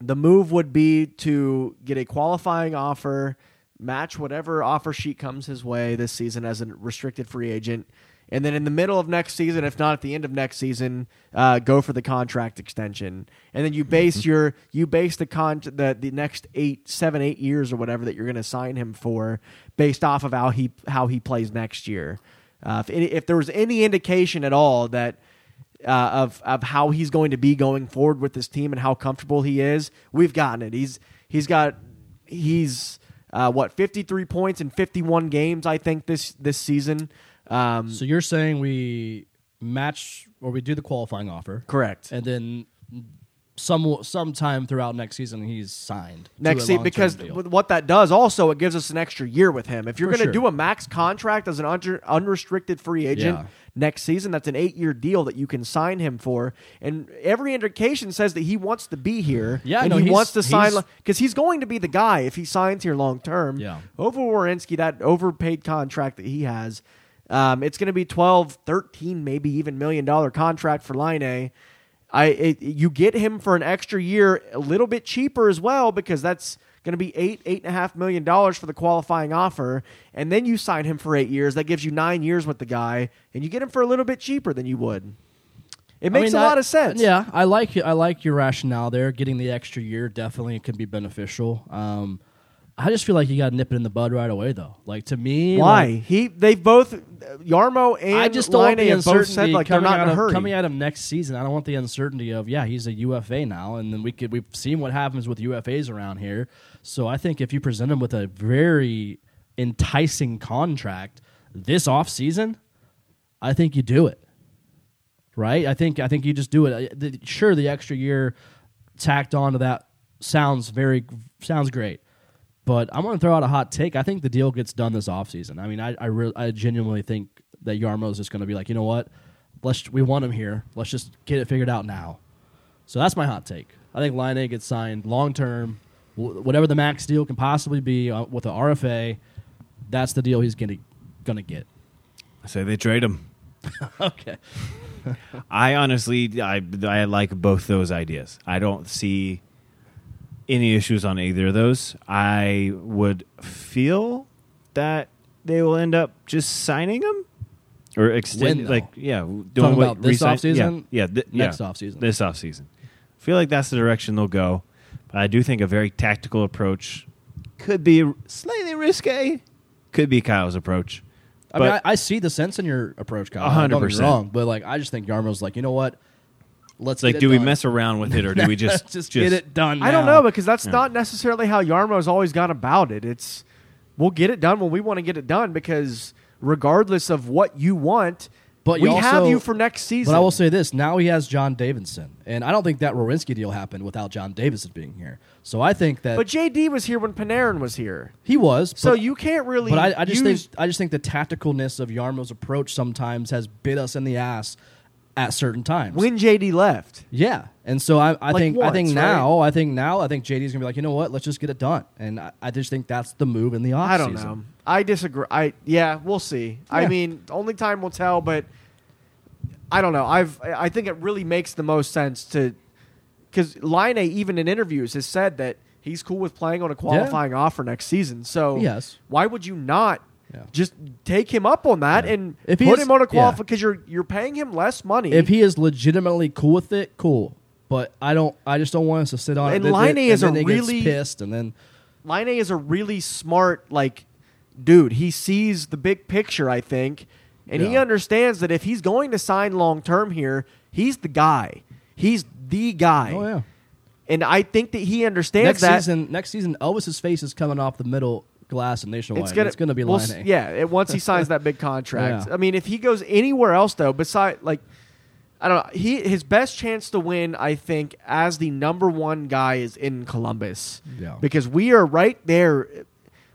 S2: the move would be to get a qualifying offer, match whatever offer sheet comes his way this season as a restricted free agent, and then in the middle of next season, if not at the end of next season, uh, go for the contract extension, and then you base your you base the con the, the next eight seven eight years or whatever that you're going to sign him for based off of how he how he plays next year. Uh, if any, if there was any indication at all that uh, of of how he's going to be going forward with this team and how comfortable he is. We've gotten it. He's he's got he's uh, what fifty three points in fifty one games. I think this this season. Um,
S1: So you're saying we match or we do the qualifying offer,
S2: correct.
S1: and then some sometime throughout next season he's signed to
S2: next
S1: a
S2: season
S1: long-term
S2: because
S1: deal.
S2: with what that does also it gives us an extra year with him if you're
S1: For
S2: going to
S1: sure.
S2: do a max contract as an unre- unrestricted free agent
S1: Yeah.
S2: next season that's an eight year deal that you can sign him for and every indication says that he wants to be here
S1: Yeah,
S2: and
S1: no,
S2: he
S1: he's-
S2: wants to sign
S1: he's-
S2: because he's going to be the guy if he signs here long term
S1: Yeah.
S2: over Warinsky, that overpaid contract that he has, um, it's going to be 12, 13, maybe even million dollar contract for Line A. I it, you get him for an extra year, a little bit cheaper as well, because that's going to be eight, eight and a half million dollars for the qualifying offer, and then you sign him for eight years. That gives you nine years with the guy, and you get him for a little bit cheaper than you would. It
S1: I
S2: makes
S1: mean,
S2: a
S1: I-
S2: lot of sense.
S1: Yeah, I like I like your rationale there. Getting the extra year definitely can be beneficial. Um, I just feel like you got to nip it in the bud right away, though. Like to me,
S2: Why
S1: like,
S2: he? They both Yarmo and
S1: I just don't want
S2: Laine
S1: the
S2: have both said
S1: uncertainty
S2: like they're
S1: coming,
S2: not
S1: out
S2: in a
S1: of,
S2: hurry.
S1: coming at him next season. I don't want the uncertainty of yeah, he's a UFA now, and then we could we've seen what happens with UFAs around here. So I think if you present him with a very enticing contract this offseason, I think you do it. Right? I think I think you just do it. I- the- Sure, the extra year tacked onto that sounds very sounds great. But I'm going to throw out a hot take. I think the deal gets done this offseason. I mean, I I, re- I genuinely think that Yarmo's just going to be like, you know what? Let's we want him here. Let's just get it figured out now. So that's my hot take. I think Line A gets signed long term, wh- whatever the max deal can possibly be uh, with the RFA. That's the deal he's going to going to get.
S3: I say they trade him.
S1: Okay.
S3: I honestly, I I like both those ideas. I don't see any issues on either of those. I would feel that they will end up just signing them or
S1: When,
S3: extend,
S1: though?
S3: like yeah, doing
S1: Talking
S3: what
S1: about this
S3: resign-
S1: offseason?
S3: Yeah, yeah, th-
S1: Next
S3: yeah,
S1: offseason.
S3: This offseason, feel like that's the direction they'll go. But I do think a very tactical approach could be slightly risque. Could be Kyle's approach.
S1: I mean, I, I see the sense in your approach, Kyle.
S3: A hundred
S1: Don't get me
S3: percent.
S1: wrong, but like, I just think Yarmo's like, you know what? Let's
S3: It's like,
S1: get it
S3: do we
S1: done.
S3: mess around with it or do we just
S1: just, get it done?
S2: I don't
S1: now.
S2: know because that's not necessarily how Yarmo's always gone about it. It's we'll get it done when we want to get it done because regardless of what you want,
S1: But
S2: we
S1: you
S2: have
S1: also-
S2: you for next season.
S1: But I will say this: now he has John Davidson, and I don't think that Rorinsky deal happened without John Davidson being here. So I think that
S2: but JD was here when Panarin was here,
S1: he was.
S2: so
S1: but,
S2: you can't really.
S1: But I, I just
S2: use,
S1: think I just think the tacticalness of Yarmo's approach sometimes has bit us in the ass at certain times.
S2: When JD left,
S1: Yeah, and so I, I
S2: Like
S1: think I think
S2: once, right?
S1: now I think now I think JD's gonna be like, you know what, let's just get it done, and I, I just think that's the move in the offseason.
S2: I don't know. I disagree. I yeah, we'll see. I
S1: Yeah.
S2: mean, only time will tell. But I don't know. I've I think it really makes the most sense to because Line even in interviews has said that he's cool with playing on a qualifying offer next season. So
S1: Yes.
S2: why would you not?
S1: Yeah.
S2: Just take him up on that and
S1: If he
S2: put
S1: is-
S2: him on a qualify
S1: yeah.
S2: because you're you're paying him less money.
S1: If he is legitimately cool with it, cool. But I don't. I just don't want us to sit on it.
S2: And
S1: Then-
S2: Laine
S1: then-
S2: is
S1: and
S2: a
S1: then he gets
S2: really-
S1: pissed, and then
S2: Line is a really smart like dude. He sees the big picture, I think, and he
S1: Yeah.
S2: understands that if he's going to sign long term here, he's the guy. He's the guy.
S1: oh yeah.
S2: And I think that he understands
S1: Next
S2: that
S1: season, next season, Elvis's face is coming off the middle glass of nationwide. It's gonna, be
S2: we'll
S1: Line
S2: s- yeah, it, once he signs that big contract.
S1: Yeah.
S2: I mean, if he goes anywhere else though, beside like I don't know, he his best chance to win, I think, as the number one guy is in Columbus.
S1: Yeah.
S2: Because we are right there.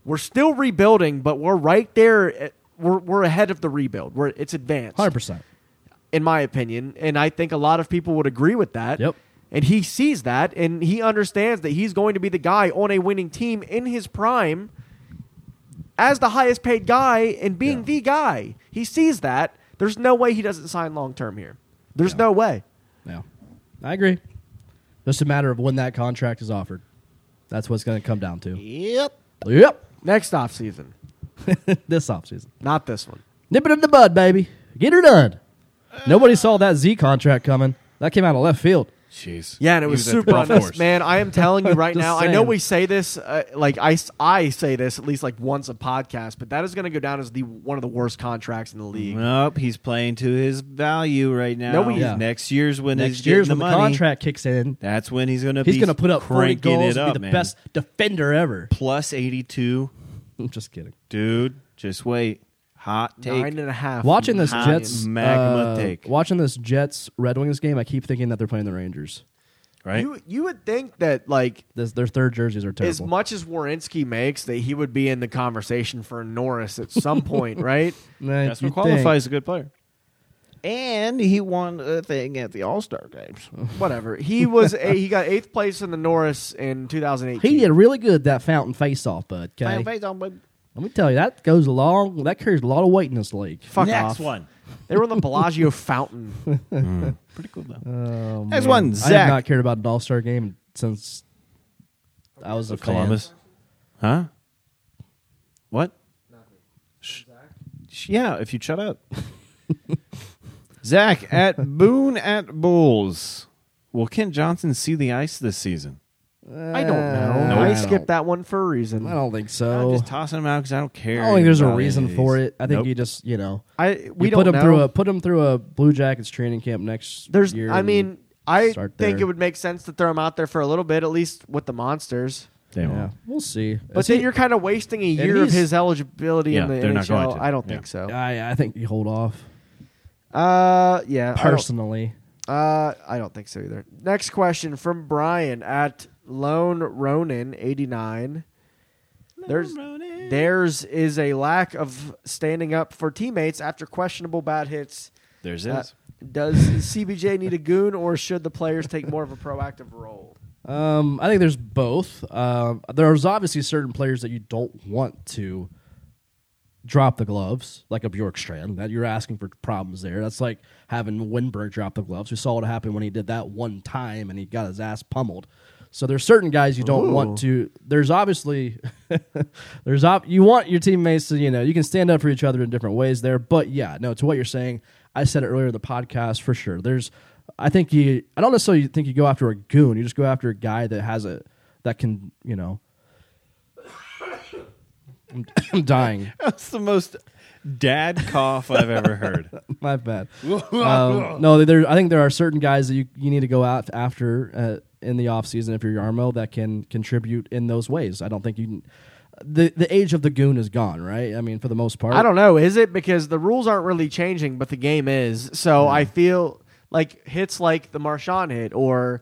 S2: We're still rebuilding, but we're right there. at- We're, we're ahead of the rebuild. We're it's advanced
S1: hundred percent.
S2: in my opinion, and I think a lot of people would agree with that.
S1: Yep.
S2: And he sees that, and he understands that he's going to be the guy on a winning team in his prime, as the highest paid guy and being
S1: Yeah.
S2: the guy. He sees that. There's no way he doesn't sign long term here. There's no way.
S1: Yeah, I agree. Just a matter of when that contract is offered. That's what's going to come down to.
S4: Yep.
S1: Yep.
S2: Next off season,
S1: this offseason.
S2: not this one.
S1: Nip it in the bud, baby. Get her done. Nobody saw that Z contract coming. That came out of left field.
S3: Jeez.
S2: Yeah, and it was, super honest, man. I am telling you right
S1: Just
S2: now. I know
S1: saying.
S2: we say this, uh, like I, s- I say this at least like once a podcast, but that is going to go down as the one of the worst contracts in the league.
S5: Nope, he's playing to his value right now.
S2: No, he-
S1: Yeah.
S5: Next year's when he's
S1: Next
S5: getting
S1: year's
S5: the
S1: when
S5: money,
S1: the contract kicks in,
S5: That's when he's going to be.
S1: he's going to put up 40
S5: cranking
S1: goals
S5: it
S1: and
S5: up,
S1: be the
S5: man.
S1: best defender ever.
S5: plus eighty two,
S1: I'm just kidding.
S5: dude. Just wait. Hot take.
S2: Nine and a half.
S1: Watching this
S5: Hot
S1: Jets
S5: magma
S1: uh,
S5: take.
S1: Watching this Jets Red Wings game, I keep thinking that they're playing the Rangers.
S3: Right?
S2: You you would think that like
S1: This, their third jerseys are terrible.
S2: as much as Warinsky makes that he would be in the conversation for Norris at some point, right?
S1: Nah,
S5: That's
S1: you'd
S5: what
S1: think.
S5: qualifies a good player. And he won a thing at the All Star games.
S2: Whatever. He was a, he got eighth place in the Norris in 2018.
S1: He did really good that fountain face off, bud. 'kay? Let me tell you, that goes a long. That carries a lot of weight in this league.
S2: Fuck
S5: Next
S2: off.
S5: one.
S2: They were on the Bellagio fountain.
S5: Pretty cool though.
S1: Oh,
S5: Next
S1: man.
S5: one,
S1: I have
S5: Zach.
S1: not cared about an All Star game since I was a fan.
S3: Columbus.
S5: Huh? What? Sh- sh- Yeah, if you shut up. Zach at Boone at Bulls. Will Kent Johnson see the ice this season?
S2: I don't know.
S1: No,
S2: Uh, I,
S1: I
S2: skipped
S1: don't.
S2: that one for a reason.
S1: I don't think
S5: I'm
S1: so.
S5: just tossing him out because I don't care.
S1: I don't think there's a
S5: about
S1: reason
S5: any of
S1: for
S5: these.
S1: it. I think
S5: Nope.
S1: you just you know
S2: I we
S1: you
S2: don't
S1: put him
S2: know.
S1: through a put him through a Blue Jackets training camp next.
S2: There's
S1: year
S2: I
S1: and
S2: mean I
S1: start
S2: think
S1: there.
S2: it would make sense to throw him out there for a little bit at least with the monsters.
S3: They
S1: yeah,
S3: won't.
S1: we'll see.
S2: But
S1: Is
S2: then
S1: he-
S2: you're kind of wasting a year of
S1: he's-
S2: his eligibility
S3: Yeah,
S2: in the
S3: they're
S2: NHL.
S3: not going to.
S2: I don't
S3: Yeah.
S2: think so.
S1: I I think you hold off
S2: Uh, yeah. I don't-
S1: personally.
S2: Uh, I don't think so either. Next question from Brian at Lone Ronin eighty nine. There's theirs is a lack of standing up for teammates after questionable bad hits.
S5: There's
S2: Uh,
S5: this.
S2: does CBJ need a goon, or should the players take more of a proactive role?
S1: Um, I think there's both. Um, there's obviously certain players that you don't want to drop the gloves, like a Bjorkstrand. That you're asking for problems there. That's like having Winberg drop the gloves. We saw what happened when he did that one time and he got his ass pummeled. So there's certain guys you don't want to. There's obviously there's op, you want your teammates to you know you can stand up for each other in different ways there. But yeah, no, to what you're saying, I said it earlier in the podcast for sure. There's I think you I don't necessarily think you go after a goon. You just go after a guy that has a that can you know. I'm- I'm dying.
S5: That's the most dad cough I've ever heard.
S1: My bad. um, no, there. I think there are certain guys that you, you need to go out after uh, in the off season if you're Yarmo that can contribute in those ways. I don't think you. can- The the age of the goon is gone, right? I mean, for the most part,
S2: I don't know. Is it because the rules aren't really changing, but the game is? So I feel like hits like the Marchand hit or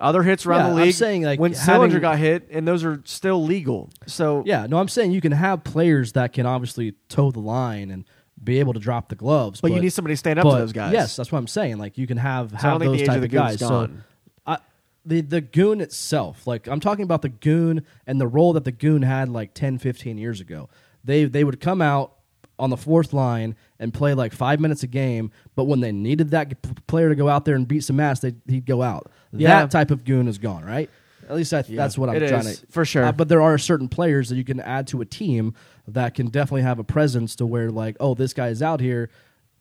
S2: other hits around
S1: Yeah,
S2: the
S1: I'm
S2: league.
S1: saying, like,
S2: when
S1: having-
S2: Sillinger got hit, and those are still legal. So
S1: Yeah, no, I'm saying you can have players that can obviously toe the line and be able to drop the gloves.
S2: But you need somebody to stand up to those guys.
S1: Yes, that's what I'm saying. Like you can have
S2: I
S1: have
S2: don't think
S1: those
S2: the age
S1: type of,
S2: of the goon's
S1: guys.
S2: gone.
S1: So I, the the goon itself, like I'm talking about the goon and the role that the goon had like 10, 15 years ago. They they would come out on the fourth line and play like five minutes a game, but when they needed that g- p- player to go out there and beat some ass, they he'd go out.
S2: Yeah.
S1: That type of goon is gone, right? At least I, that's what I'm
S2: it
S1: trying
S2: is,
S1: to
S2: for sure.
S1: Uh, but there are certain players that you can add to a team that can definitely have a presence to where like, oh, this guy's out here,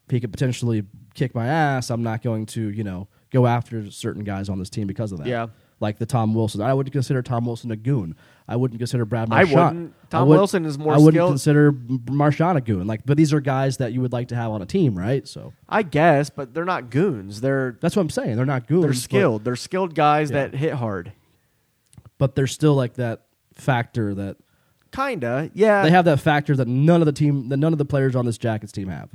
S1: he could potentially kick my ass. I'm not going to, you know, go after certain guys on this team because of that.
S2: Yeah.
S1: Like the Tom Wilson. I would consider Tom Wilson a goon. I wouldn't consider Brad
S2: I
S1: Marchand.
S2: wouldn't. Tom
S1: wouldn't-
S2: Wilson is more
S1: I wouldn't
S2: skilled.
S1: consider Marchand a goon. Like, but these are guys that you would like to have on a team, right? So
S2: I guess, but they're not goons. They're
S1: that's what I'm saying. They're not goons.
S2: they're
S1: but-
S2: skilled. they're skilled guys that hit hard.
S1: but there's still like that factor that
S2: Kinda, yeah.
S1: they have that factor that none of the team that none of the players on this Jackets team have.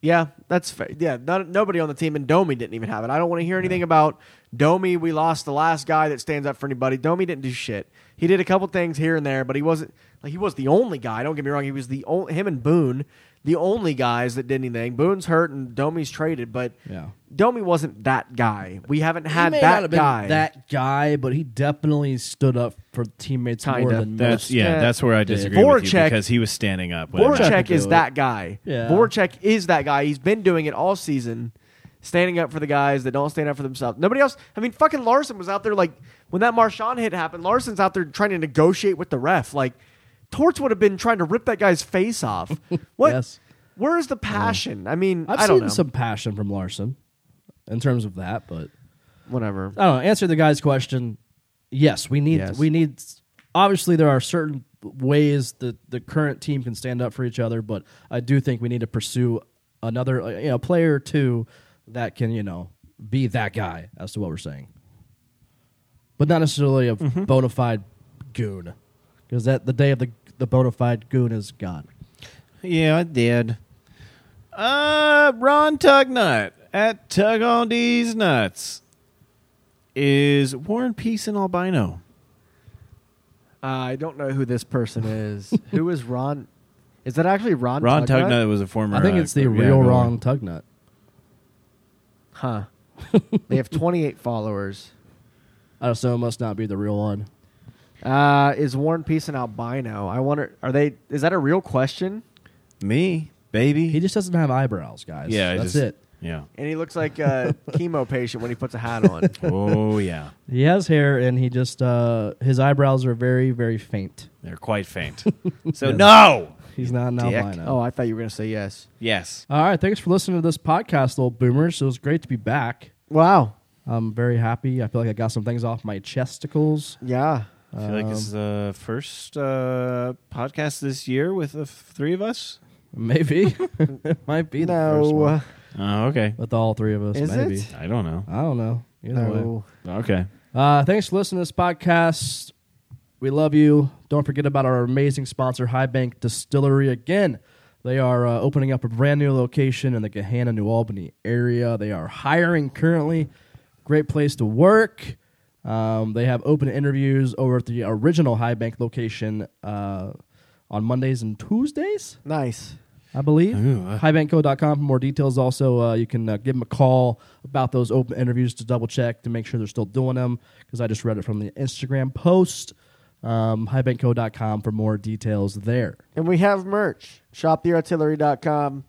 S2: Yeah, that's fair. Yeah, not, nobody on the team, and Domi didn't even have it. I don't want to hear anything about Domi. We lost the last guy that stands up for anybody. Domi didn't do shit. He did a couple things here and there, but he wasn't like he was the only guy. Don't get me wrong. He was the only him and Boone, the only guys that did anything. Boone's hurt and Domi's traded, but
S1: Yeah.
S2: Domi wasn't that guy. We haven't had
S1: he may
S2: that
S1: not have been
S2: guy.
S1: that guy, but he definitely stood up for teammates more
S2: Kinda.
S1: than
S3: That's
S1: most.
S3: yeah.
S2: Yeah.
S3: That's where I disagree with you
S2: Voracek-
S3: because he was standing up. when it mattered.
S2: Voracek
S1: could
S2: is
S1: do it.
S2: that guy.
S1: Yeah.
S2: Voracek is that guy. He's been doing it all season, standing up for the guys that don't stand up for themselves. Nobody else. I mean, fucking Larson was out there like when that Marshawn hit happened. Larson's out there trying to negotiate with the ref. Like Torts would have been trying to rip that guy's face off. What?
S1: Yes.
S2: Where is the passion? I mean,
S1: I've
S2: I do
S1: seen
S2: not know.
S1: some passion from Larson in terms of that, but
S2: Whatever.
S1: I don't know. Answer the guy's question. Yes, we need
S2: Yes.
S1: we need. Obviously, there are certain ways that the current team can stand up for each other, but I do think we need to pursue another uh, you know, player or two that can you know be that guy as to what we're saying, but not necessarily a
S5: Mm-hmm.
S1: bona fide goon, because that the day of the the bona fide goon is gone.
S5: Yeah, I did. Uh, Ron Tugnut at Tug on These Nuts is Warren Peace an albino?
S2: Uh, I don't know who this person is. who is Ron? Is that actually Ron?
S5: Ron
S2: Tugnut?
S5: Tugnut was a former.
S1: I think
S5: uh,
S1: it's the
S5: yeah,
S1: real
S5: go
S1: wrong tugnut.
S2: Huh. they have 28 followers.
S1: Uh, so it must not be the real one.
S2: Uh, is Warren Peace an albino? I wonder. Are they? Is that a real question?
S5: on. me, baby.
S1: He just doesn't have eyebrows, guys.
S5: yeah, I
S1: that's
S5: just-
S1: it.
S5: Yeah.
S2: And he looks like a chemo patient when he puts a hat on.
S5: Oh yeah,
S1: He has hair, and he just uh, his eyebrows are very, very faint.
S5: they're quite faint. So no.
S1: He's not an
S5: dick.
S1: albino.
S2: oh, I thought you were gonna say yes.
S5: Yes.
S1: All right, thanks for listening to this podcast, little boomers. It was great to be back.
S2: Wow.
S1: I'm very happy. I feel like I got some things off my chesticles.
S2: Yeah.
S5: I feel like
S1: Um,
S5: it's the first uh, podcast this year with the f- three of us.
S1: Maybe it might be the first
S2: No.
S1: one
S2: uh,
S5: Oh, okay.
S1: with all three of us.
S2: Is
S1: maybe
S2: it?
S5: I don't know.
S1: I don't know. Either way.
S2: No.
S5: Okay.
S1: Uh, thanks for listening to this podcast. We love you. Don't forget about our amazing sponsor, High Bank Distillery. Again, they are uh, opening up a brand new location in the Gahanna, New Albany area. They are hiring currently. Great place to work. Um, they have open interviews over at the original High Bank location uh, on Mondays and Tuesdays.
S2: Nice.
S1: I believe. Highbankco.com for more details. Also, uh, you can uh, give them a call about those open interviews to double check to make sure they're still doing them because I just read it from the Instagram post. Um, highbankco.com for more details there.
S2: And we have merch. ShopTheArtillery.com.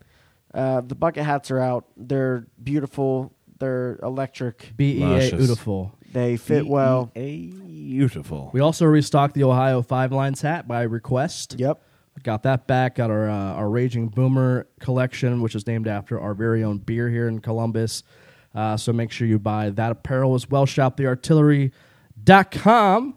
S2: Uh, the bucket hats are out. They're beautiful. They're electric.
S1: BEA
S5: Luscious.
S1: E Beautiful.
S2: They fit well.
S5: Beautiful.
S1: We also restocked the Ohio Five Lines hat by request.
S2: Yep.
S1: Got that back. Got our uh, our Raging Boomer collection, which is named after our very own beer here in Columbus. Uh, so make sure you buy that apparel as well. ShopTheArtillery.com.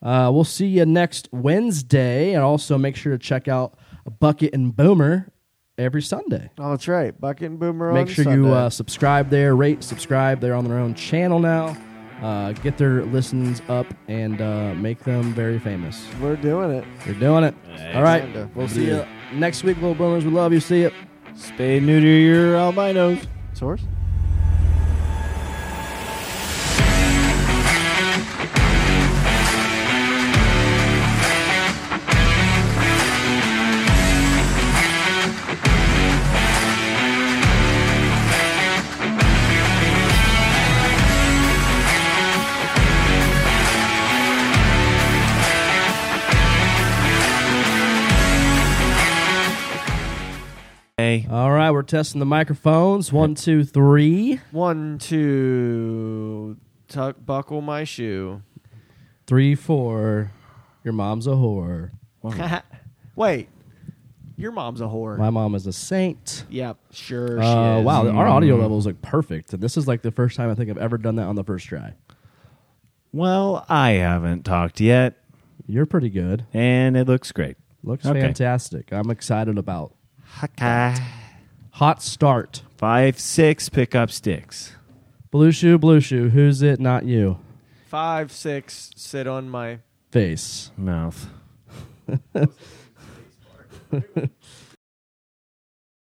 S1: Uh, we'll see you next Wednesday. And also make sure to check out Bucket and Boomer every Sunday.
S2: Oh, that's right. Bucket and Boomer.
S1: Make
S2: on
S1: sure
S2: Sunday.
S1: you uh, subscribe there, rate, subscribe. They're on their own channel now. Uh, get their listens up and uh, make them very famous.
S2: We're doing it.
S1: You're doing it. All
S2: Kinda.
S1: right. We'll see you next week, little boomers. We love you. See you.
S5: Spay neuter your albinos.
S2: Source.
S3: Yay.
S1: All right, we're testing the microphones. One, two, three.
S2: One, two, tuck, buckle my shoe.
S1: Three, four. Your mom's a whore.
S2: Wait, your mom's a whore.
S1: My mom is a saint.
S2: Yep, sure.
S1: Uh,
S2: she is.
S1: wow, our audio level is like perfect. And this is like the first time I think I've ever done that on the first try.
S3: Well, I haven't talked yet,
S1: You're pretty good.
S3: and it looks great.
S1: Looks
S3: Okay.
S1: fantastic. I'm excited about hot start.
S3: Five, six, pick up sticks.
S1: Blue shoe, blue shoe. Who's it? Not you.
S2: Five, six, sit on my.
S1: Face.
S3: Mouth.